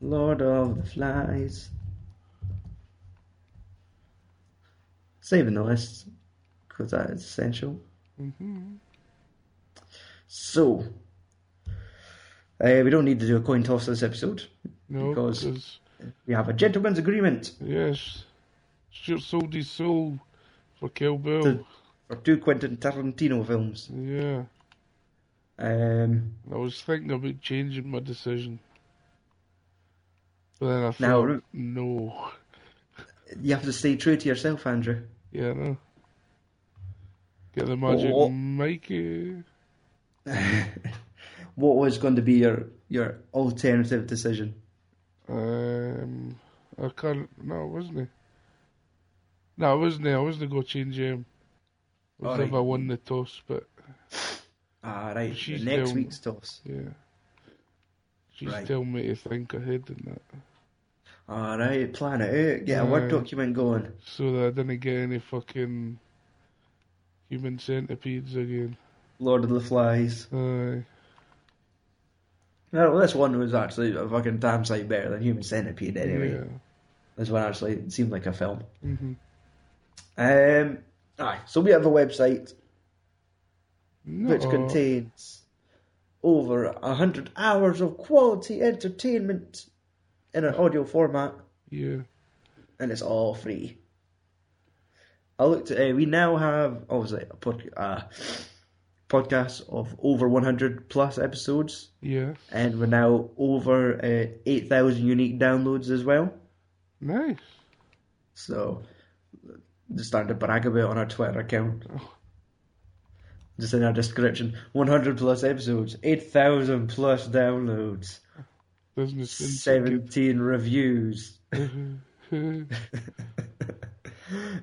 [SPEAKER 3] Lord of the Flies. Saving the list, because that is essential. So, uh, we don't need to do a coin toss this episode.
[SPEAKER 4] No,
[SPEAKER 3] Because-
[SPEAKER 4] because
[SPEAKER 3] We have a gentleman's agreement
[SPEAKER 4] yes, Stuart sold his soul for Kill Bill.
[SPEAKER 3] The- for two Quentin Tarantino films.
[SPEAKER 4] Yeah,
[SPEAKER 3] Um,
[SPEAKER 4] And I was thinking about changing my decision, but then I
[SPEAKER 3] Now,
[SPEAKER 4] thought,
[SPEAKER 3] Ru-
[SPEAKER 4] no,
[SPEAKER 3] you have to stay true to yourself, Andrew.
[SPEAKER 4] yeah, no. Get the magic
[SPEAKER 3] What?
[SPEAKER 4] Mikey.
[SPEAKER 3] (laughs) What was going to be your, your alternative decision?
[SPEAKER 4] Um, I can't. No, wasn't he? No, I wasn't. I was gonna go change him. Um,
[SPEAKER 3] All
[SPEAKER 4] if
[SPEAKER 3] right.
[SPEAKER 4] I won the toss, but
[SPEAKER 3] Ah, right.
[SPEAKER 4] She's
[SPEAKER 3] Next
[SPEAKER 4] down.
[SPEAKER 3] week's toss.
[SPEAKER 4] yeah, she's
[SPEAKER 3] Right.
[SPEAKER 4] telling me to think ahead and that.
[SPEAKER 3] All right, plan it out. Get a Word
[SPEAKER 4] Aye.
[SPEAKER 3] document going.
[SPEAKER 4] so that I didn't get any fucking human centipedes again.
[SPEAKER 3] Lord of the Flies.
[SPEAKER 4] Aye.
[SPEAKER 3] No, well, this one was actually a fucking damn sight better than Human Centipede. Anyway,
[SPEAKER 4] Yeah.
[SPEAKER 3] this one actually seemed like a film.
[SPEAKER 4] hmm
[SPEAKER 3] Um, aye, so we have a website which contains over a hundred hours of quality entertainment in an audio format,
[SPEAKER 4] Yeah.
[SPEAKER 3] and it's all free. I looked. Uh, we now have obviously a pod, uh, podcast of over one hundred plus episodes,
[SPEAKER 4] Yeah.
[SPEAKER 3] and we're now over uh, eight thousand unique downloads as well.
[SPEAKER 4] Nice.
[SPEAKER 3] So just starting to brag about on our Twitter
[SPEAKER 4] (sighs)
[SPEAKER 3] account. Just in our description, 100 plus episodes, 8,000 plus downloads,
[SPEAKER 4] Doesn't
[SPEAKER 3] (laughs)
[SPEAKER 4] it sound
[SPEAKER 3] 17 reviews.
[SPEAKER 4] good?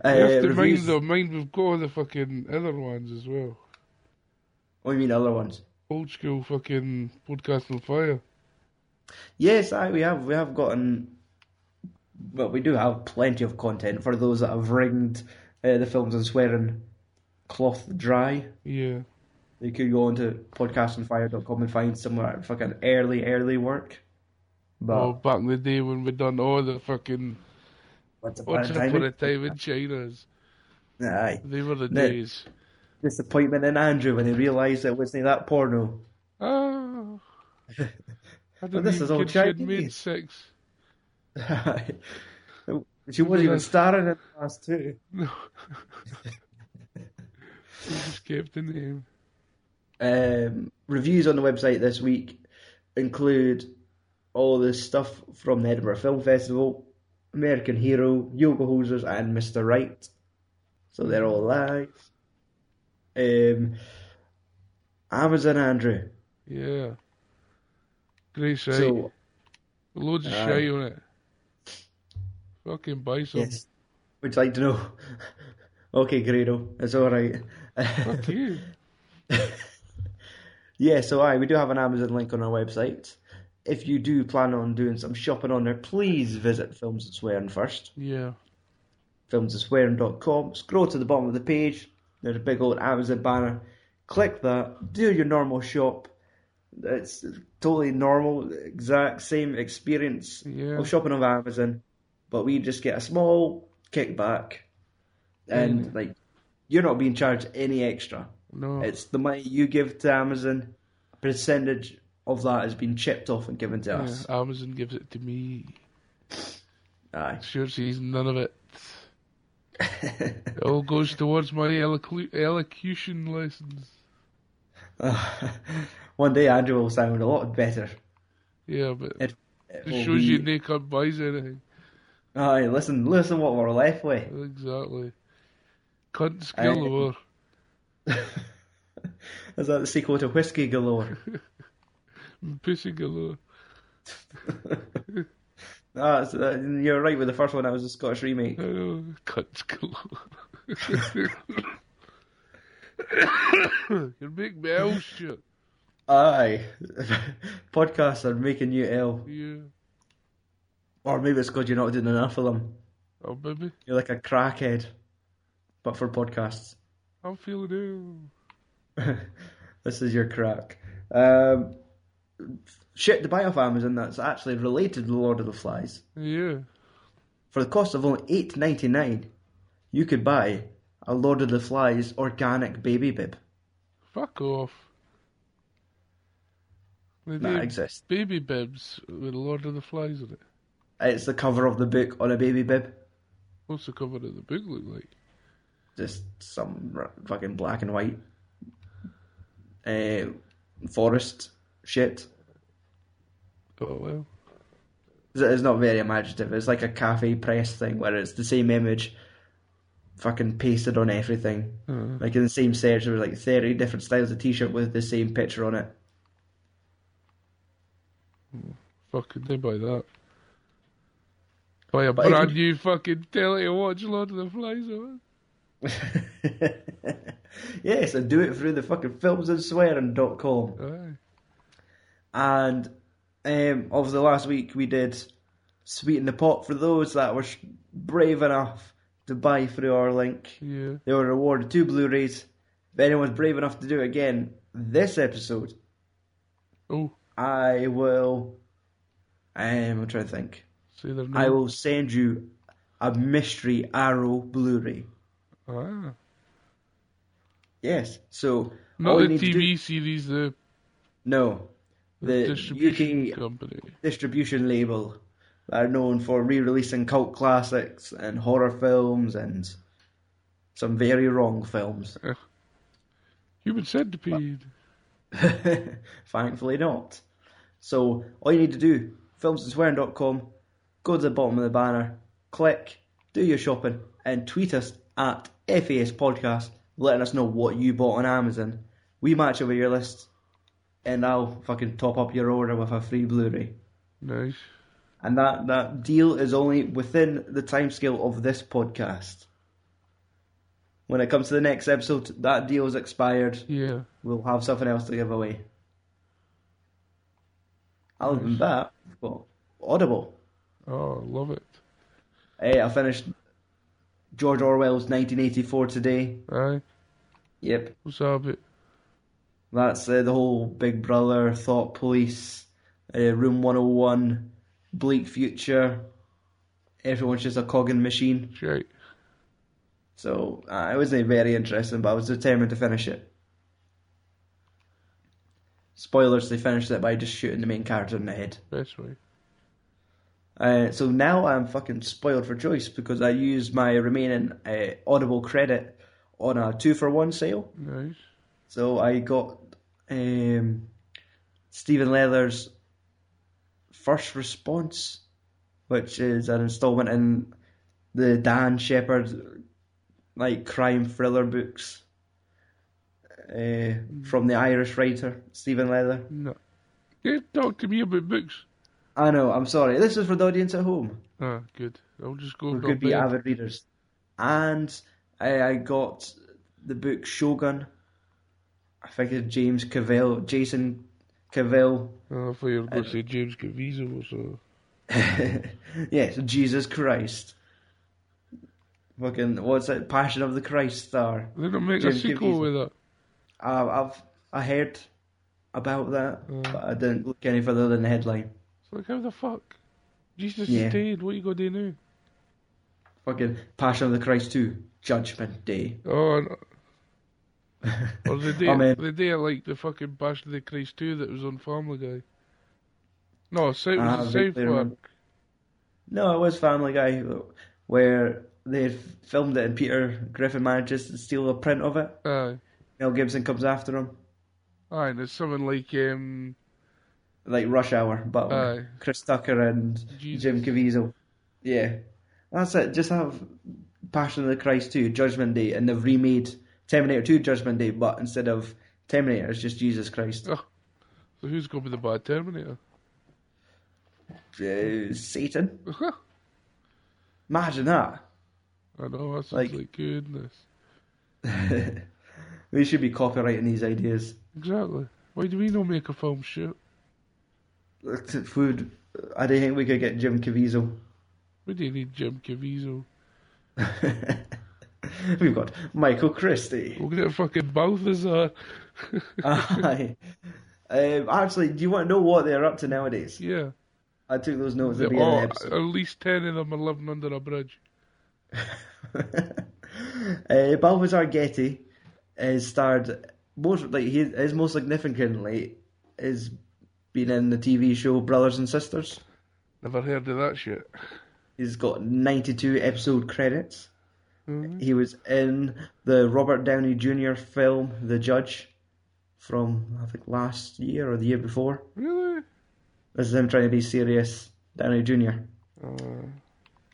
[SPEAKER 3] Uh,
[SPEAKER 4] you have to mind
[SPEAKER 3] reviews.
[SPEAKER 4] though, mind we've got all the fucking other ones as well.
[SPEAKER 3] What do Oh, you mean, other ones?
[SPEAKER 4] Old school fucking podcast on fire.
[SPEAKER 3] Yes, aye, we have. We have gotten. Well, we do have plenty of content for those that have wringed uh, the films and swearing cloth dry.
[SPEAKER 4] Yeah.
[SPEAKER 3] They could go onto podcastonfire.com and find some of our fucking early, early work. But
[SPEAKER 4] Oh, back in the day when we done all the fucking
[SPEAKER 3] Once upon
[SPEAKER 4] once
[SPEAKER 3] a
[SPEAKER 4] upon a
[SPEAKER 3] time.
[SPEAKER 4] time in China's.
[SPEAKER 3] Aye.
[SPEAKER 4] They were the
[SPEAKER 3] No.
[SPEAKER 4] days.
[SPEAKER 3] Disappointment in Andrew when he realised it wasn't that porno. (laughs)
[SPEAKER 4] Oh. I didn't
[SPEAKER 3] this
[SPEAKER 4] even
[SPEAKER 3] is all
[SPEAKER 4] kid she had
[SPEAKER 3] Chinese.
[SPEAKER 4] made sex. (laughs)
[SPEAKER 3] she wasn't even starring in the last two.
[SPEAKER 4] No. we just kept the name.
[SPEAKER 3] Um, reviews on the website this week include all the stuff from the Edinburgh Film Festival, American Hero, Yoga Hosers, and Mr. Right. So they're all live. Um, Amazon Andrew.
[SPEAKER 4] Yeah. Great site.
[SPEAKER 3] So uh,
[SPEAKER 4] Loads of
[SPEAKER 3] Aye.
[SPEAKER 4] shit on it. Fucking buy some.
[SPEAKER 3] Yes. Would you like to know? (laughs) okay, Grado, it's all right. (laughs)
[SPEAKER 4] Fuck you.
[SPEAKER 3] yeah, so aye, we do have an Amazon link on our website. If you do plan on doing some shopping on there, please visit Films and Swearing first.
[SPEAKER 4] Yeah.
[SPEAKER 3] Filmsandswearing.com. Scroll to the bottom of the page. There's a big old Amazon banner. Click that. Do your normal shop. It's totally normal, exact same experience
[SPEAKER 4] Yeah.
[SPEAKER 3] of shopping on Amazon, but we just get a small kickback, and
[SPEAKER 4] Mm. Oh.
[SPEAKER 3] like you're not being charged any extra.
[SPEAKER 4] No.
[SPEAKER 3] It's the money you give to Amazon. A percentage of that has been chipped off and given to
[SPEAKER 4] Yeah,
[SPEAKER 3] us.
[SPEAKER 4] Amazon gives it to me.
[SPEAKER 3] Aye. (laughs)
[SPEAKER 4] Sure sees none of it. It all goes towards my elocu- elocution lessons.
[SPEAKER 3] Ah. One day Andrew will sound a lot better.
[SPEAKER 4] Yeah, but
[SPEAKER 3] It,
[SPEAKER 4] it
[SPEAKER 3] will
[SPEAKER 4] shows you
[SPEAKER 3] be-
[SPEAKER 4] Nick can't buys anything.
[SPEAKER 3] Aye, listen, listen what we're left with.
[SPEAKER 4] Exactly. Cunt skill
[SPEAKER 3] Aye.
[SPEAKER 4] galore.
[SPEAKER 3] Is that the sequel to Whiskey Galore?
[SPEAKER 4] Pussy galore.
[SPEAKER 3] Ah, it's- uh, you're right with the first one. That was a Scottish remake.
[SPEAKER 4] I know. Cunt galore. (laughs) You're making me ill, shit.
[SPEAKER 3] Aye, (laughs) podcasts are making you ill,
[SPEAKER 4] Yeah.
[SPEAKER 3] or maybe it's because you're not doing enough of them.
[SPEAKER 4] Oh, baby.
[SPEAKER 3] You're like a crackhead, but for podcasts.
[SPEAKER 4] I'm feeling ill.
[SPEAKER 3] This is your crack. Um, shit to buy off Amazon that's actually related to Lord of the Flies.
[SPEAKER 4] Yeah.
[SPEAKER 3] For the cost of only eight ninety nine, you could buy a Lord of the Flies organic baby bib.
[SPEAKER 4] Fuck off. They
[SPEAKER 3] That
[SPEAKER 4] named
[SPEAKER 3] exists.
[SPEAKER 4] Baby bibs with Lord of the Flies on it.
[SPEAKER 3] It's the cover of the book on a baby bib.
[SPEAKER 4] What's the cover of the book look like?
[SPEAKER 3] Just some r- fucking black and white uh, forest shit.
[SPEAKER 4] Oh well.
[SPEAKER 3] It's not very imaginative. It's like a cafe press thing where it's the same image fucking pasted on everything.
[SPEAKER 4] Uh,
[SPEAKER 3] Like in the same search, there was like 30 different styles of t shirt with the same picture on it. (laughs)
[SPEAKER 4] fucking they buy that. Buy a
[SPEAKER 3] But if
[SPEAKER 4] brand
[SPEAKER 3] you-
[SPEAKER 4] new fucking telly to watch Lord of the Flies on.
[SPEAKER 3] yes, and do it through the fucking filmsandswearing.com.
[SPEAKER 4] Aye.
[SPEAKER 3] And um, obviously, last week we did sweeten the pot for those that were sh- brave enough to buy through our link.
[SPEAKER 4] Yeah.
[SPEAKER 3] They were awarded two Blu-rays. If anyone's brave enough to do it again this episode,
[SPEAKER 4] Oh,
[SPEAKER 3] I will. Um, I'm trying to think.
[SPEAKER 4] say their name.
[SPEAKER 3] I will send you a mystery arrow Blu-ray.
[SPEAKER 4] Ah.
[SPEAKER 3] Yes. So
[SPEAKER 4] Not
[SPEAKER 3] all you
[SPEAKER 4] the
[SPEAKER 3] need to
[SPEAKER 4] TV
[SPEAKER 3] do-
[SPEAKER 4] series, the,
[SPEAKER 3] no,
[SPEAKER 4] the
[SPEAKER 3] the
[SPEAKER 4] distribution
[SPEAKER 3] UK
[SPEAKER 4] company.
[SPEAKER 3] distribution label that are known for re-releasing cult classics and horror films and some very wrong films. (laughs)
[SPEAKER 4] Human Centipede.
[SPEAKER 3] Thankfully not. So all you need to do, filmsandswearing.com, go to the bottom of the banner, click, do your shopping, and tweet us at FAS Podcast, letting us know what you bought on Amazon. We match it with your list, and I'll fucking top up your order with a free Blu-ray.
[SPEAKER 4] Nice.
[SPEAKER 3] And that, that deal is only within the timescale of this podcast. When it comes to the next episode, that deal is expired
[SPEAKER 4] Yeah.
[SPEAKER 3] we'll have something else to give away. Other than that, we've got Audible.
[SPEAKER 4] Oh, I love it.
[SPEAKER 3] Eh, I finished George Orwell's 1984 today.
[SPEAKER 4] Aye.
[SPEAKER 3] Yep,
[SPEAKER 4] What's that about?
[SPEAKER 3] that's uh, the whole Big Brother, Thought Police, uh, Room 101, Bleak Future. Everyone's just a cogging machine.
[SPEAKER 4] Shite.
[SPEAKER 3] So uh, it wasn't very interesting, but I was determined to finish it. Spoilers, they finished it by just shooting the main character in the head.
[SPEAKER 4] Best way.
[SPEAKER 3] Uh, so now I'm fucking spoiled for choice because I used my remaining uh, Audible credit on a two for one sale.
[SPEAKER 4] Nice.
[SPEAKER 3] So I got um, Stephen Leather's First Response, which is an installment in the Dan Shepherd like crime thriller books uh, from the Irish writer Stephen Leather.
[SPEAKER 4] No. Yeah, talk to me about books.
[SPEAKER 3] I know, I'm sorry. This is for the audience at home.
[SPEAKER 4] Ah, good. I'll just go.
[SPEAKER 3] who
[SPEAKER 4] and
[SPEAKER 3] could
[SPEAKER 4] go
[SPEAKER 3] be
[SPEAKER 4] bed.
[SPEAKER 3] avid readers. And I, I got the book Shogun. I think it's James Cavell, Jason Cavell.
[SPEAKER 4] Oh, I thought you were
[SPEAKER 3] Uh,
[SPEAKER 4] going to say James Caviezel or so.
[SPEAKER 3] (laughs) yes, Jesus Christ. Fucking what's it? Passion of the Christ star.
[SPEAKER 4] They're going to make a
[SPEAKER 3] James
[SPEAKER 4] sequel
[SPEAKER 3] Caviezel.
[SPEAKER 4] with it.
[SPEAKER 3] I've I've I heard about that, but I didn't look any further than the headline.
[SPEAKER 4] It's like, how the fuck? Jesus
[SPEAKER 3] Yeah.
[SPEAKER 4] is dead. What you going to do
[SPEAKER 3] Fucking Passion of the Christ two, Judgment Day.
[SPEAKER 4] now? Oh, no. Or the day,
[SPEAKER 3] I mean-
[SPEAKER 4] the day I liked the fucking Bash of the Christ 2 that was on Family Guy. No, South,
[SPEAKER 3] Ah,
[SPEAKER 4] was
[SPEAKER 3] I
[SPEAKER 4] it South
[SPEAKER 3] vaguely
[SPEAKER 4] Park.
[SPEAKER 3] remember. (laughs) No, it was Family Guy, where they filmed it and Peter Griffin manages to steal a print of it.
[SPEAKER 4] Aye.
[SPEAKER 3] Mel Gibson comes after him,
[SPEAKER 4] Aye, and it's someone like, um,
[SPEAKER 3] like Rush Hour, but with
[SPEAKER 4] Aye.
[SPEAKER 3] Chris Tucker and
[SPEAKER 4] Jesus.
[SPEAKER 3] Jim Caviezel. Yeah, that's it. Just have Passion of the Christ 2, Judgment Day, and they've remade Terminator 2 Judgment Day, but instead of Terminator, it's just Jesus Christ.
[SPEAKER 4] oh, so who's going to be the bad Terminator? (laughs)
[SPEAKER 3] Uh, Satan.
[SPEAKER 4] I
[SPEAKER 3] Imagine that. (laughs)
[SPEAKER 4] know, that sounds like,
[SPEAKER 3] Like-
[SPEAKER 4] goodness.
[SPEAKER 3] We should be copyrighting these ideas.
[SPEAKER 4] Exactly. Why do we not make a film shit?
[SPEAKER 3] Food. I don't think we could get Jim Caviezel. (laughs)
[SPEAKER 4] We do need Jim Caviezel.
[SPEAKER 3] We've got Michael Christie.
[SPEAKER 4] (laughs) We'll get fucking Balthazar. (laughs)
[SPEAKER 3] Aye. Um, actually, do you want to know what they're up to nowadays?
[SPEAKER 4] yeah.
[SPEAKER 3] I took those notes at
[SPEAKER 4] They're
[SPEAKER 3] the beginning
[SPEAKER 4] all,
[SPEAKER 3] of the
[SPEAKER 4] at
[SPEAKER 3] episode.
[SPEAKER 4] least 10 of them are living under a bridge.
[SPEAKER 3] (laughs) Uh, Balthazar Getty is starred most like he is most significantly is been in the TV show Brothers and Sisters.
[SPEAKER 4] Never heard of that shit.
[SPEAKER 3] He's got 92 episode credits. He was in the Robert Downey Jr. film The Judge from I think last year or the year before.
[SPEAKER 4] Really?
[SPEAKER 3] This is him trying to be serious, Downey Jr.
[SPEAKER 4] Uh,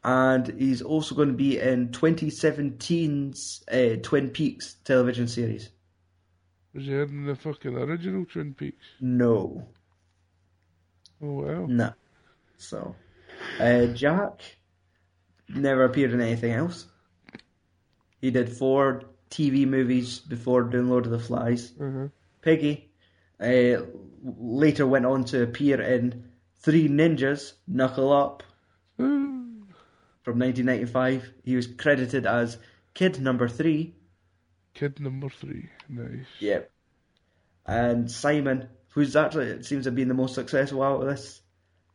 [SPEAKER 3] and he's also going to be in 2017's uh, Twin Peaks television series.
[SPEAKER 4] Was he in the fucking original Twin Peaks?
[SPEAKER 3] No,
[SPEAKER 4] Oh, wow.
[SPEAKER 3] (gasps) no. So, uh, Jack never appeared in anything else. He did four TV movies before doing Lord of the Flies.
[SPEAKER 4] Uh-huh.
[SPEAKER 3] Peggy uh, later went on to appear in Three Ninjas, Knuckle Up, From 1995, he was credited as Kid Number Three.
[SPEAKER 4] Kid number three. Nice.
[SPEAKER 3] Yep. And Simon, who's actually it seems to have been the most successful out of this,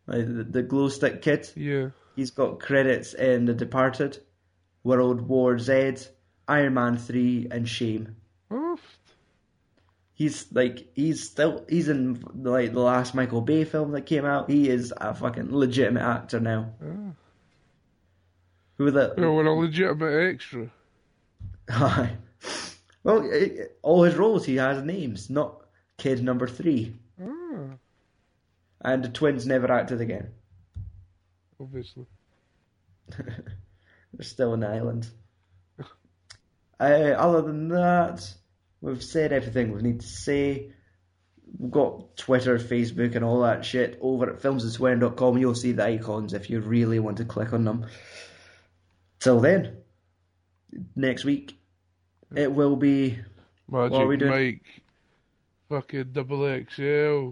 [SPEAKER 3] like the, the glow stick kid.
[SPEAKER 4] Yeah.
[SPEAKER 3] He's got credits in The Departed, World War Z, Iron Man Three, and Shame.
[SPEAKER 4] Oh,
[SPEAKER 3] He's like he's still he's in like the last Michael Bay film that came out. He is a fucking legitimate actor now.
[SPEAKER 4] Ah.
[SPEAKER 3] Who the (laughs)
[SPEAKER 4] well, we're a legitimate extra.
[SPEAKER 3] Aye. well, it, it- all his roles he has names, not kid number three.
[SPEAKER 4] Ah,
[SPEAKER 3] And the twins never acted again.
[SPEAKER 4] obviously.
[SPEAKER 3] They're still in Ireland. uh, other than that, we've said everything we need to say. We've got Twitter, Facebook, and all that shit over at filmsandswearing.com. You'll see the icons if you really want to click on them. Till then, next week, it will be
[SPEAKER 4] Magic
[SPEAKER 3] are we doing?
[SPEAKER 4] Mike. Fucking double XL.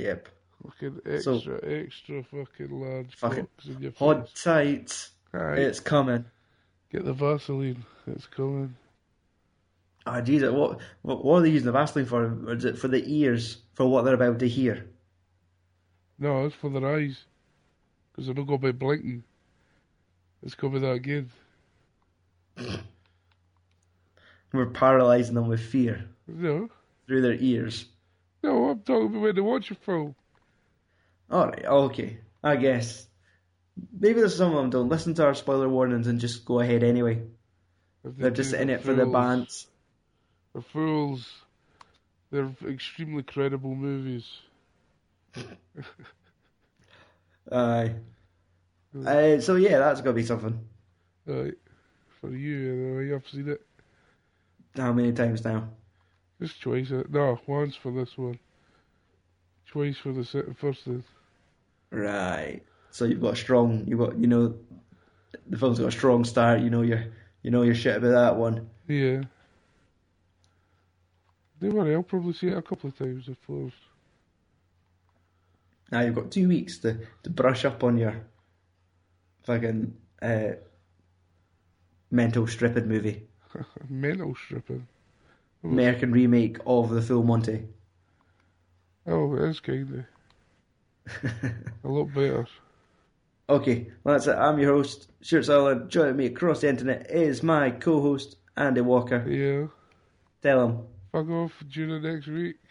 [SPEAKER 3] yep,
[SPEAKER 4] Fucking
[SPEAKER 3] So-
[SPEAKER 4] extra, extra fucking large
[SPEAKER 3] Fucking
[SPEAKER 4] cocks in your
[SPEAKER 3] hot
[SPEAKER 4] face.
[SPEAKER 3] tight.
[SPEAKER 4] Aye,
[SPEAKER 3] It's coming.
[SPEAKER 4] Get the Vaseline. It's coming.
[SPEAKER 3] Ah, geez, what, what what are they using the Vaseline for? Or Is it for the ears for what they're about to hear?
[SPEAKER 4] No, it's for their eyes. Because they're not going to be blinking. It's going to be that again.
[SPEAKER 3] We're paralysing them with fear
[SPEAKER 4] No.
[SPEAKER 3] through their ears.
[SPEAKER 4] No, I'm talking about when they watch a film.
[SPEAKER 3] All right, okay, I guess. Maybe there's some of them don't listen to our spoiler warnings and just go ahead anyway.
[SPEAKER 4] If they
[SPEAKER 3] They're
[SPEAKER 4] do,
[SPEAKER 3] just
[SPEAKER 4] they're
[SPEAKER 3] in it for the
[SPEAKER 4] fools.
[SPEAKER 3] bants.
[SPEAKER 4] They're fools. They're extremely credible movies.
[SPEAKER 3] Aye. Uh, so yeah, that's gotta be something.
[SPEAKER 4] Right. For you, anyway, I've seen it.
[SPEAKER 3] How many times now?
[SPEAKER 4] Just twice. uh, No, once for this one. Twice for the se- first one.
[SPEAKER 3] Right. So you've got a strong. You've got you know, the film's got a strong start. You know your you know your shit about that one.
[SPEAKER 4] Yeah. Don't worry, I'll probably see it a couple of times before.
[SPEAKER 3] Now you've got two weeks to, to brush up on your fucking uh, mental stripping movie.
[SPEAKER 4] (laughs) Mental stripping.
[SPEAKER 3] American remake of the Full Monty.
[SPEAKER 4] Oh, it is kinda.
[SPEAKER 3] (laughs)
[SPEAKER 4] a lot better.
[SPEAKER 3] Okay, that's it. I'm your host, Stuart Sutherland. Joining me across the internet is my co host, Andy Walker.
[SPEAKER 4] Yeah.
[SPEAKER 3] Tell him.
[SPEAKER 4] Fuck off, tune in next week.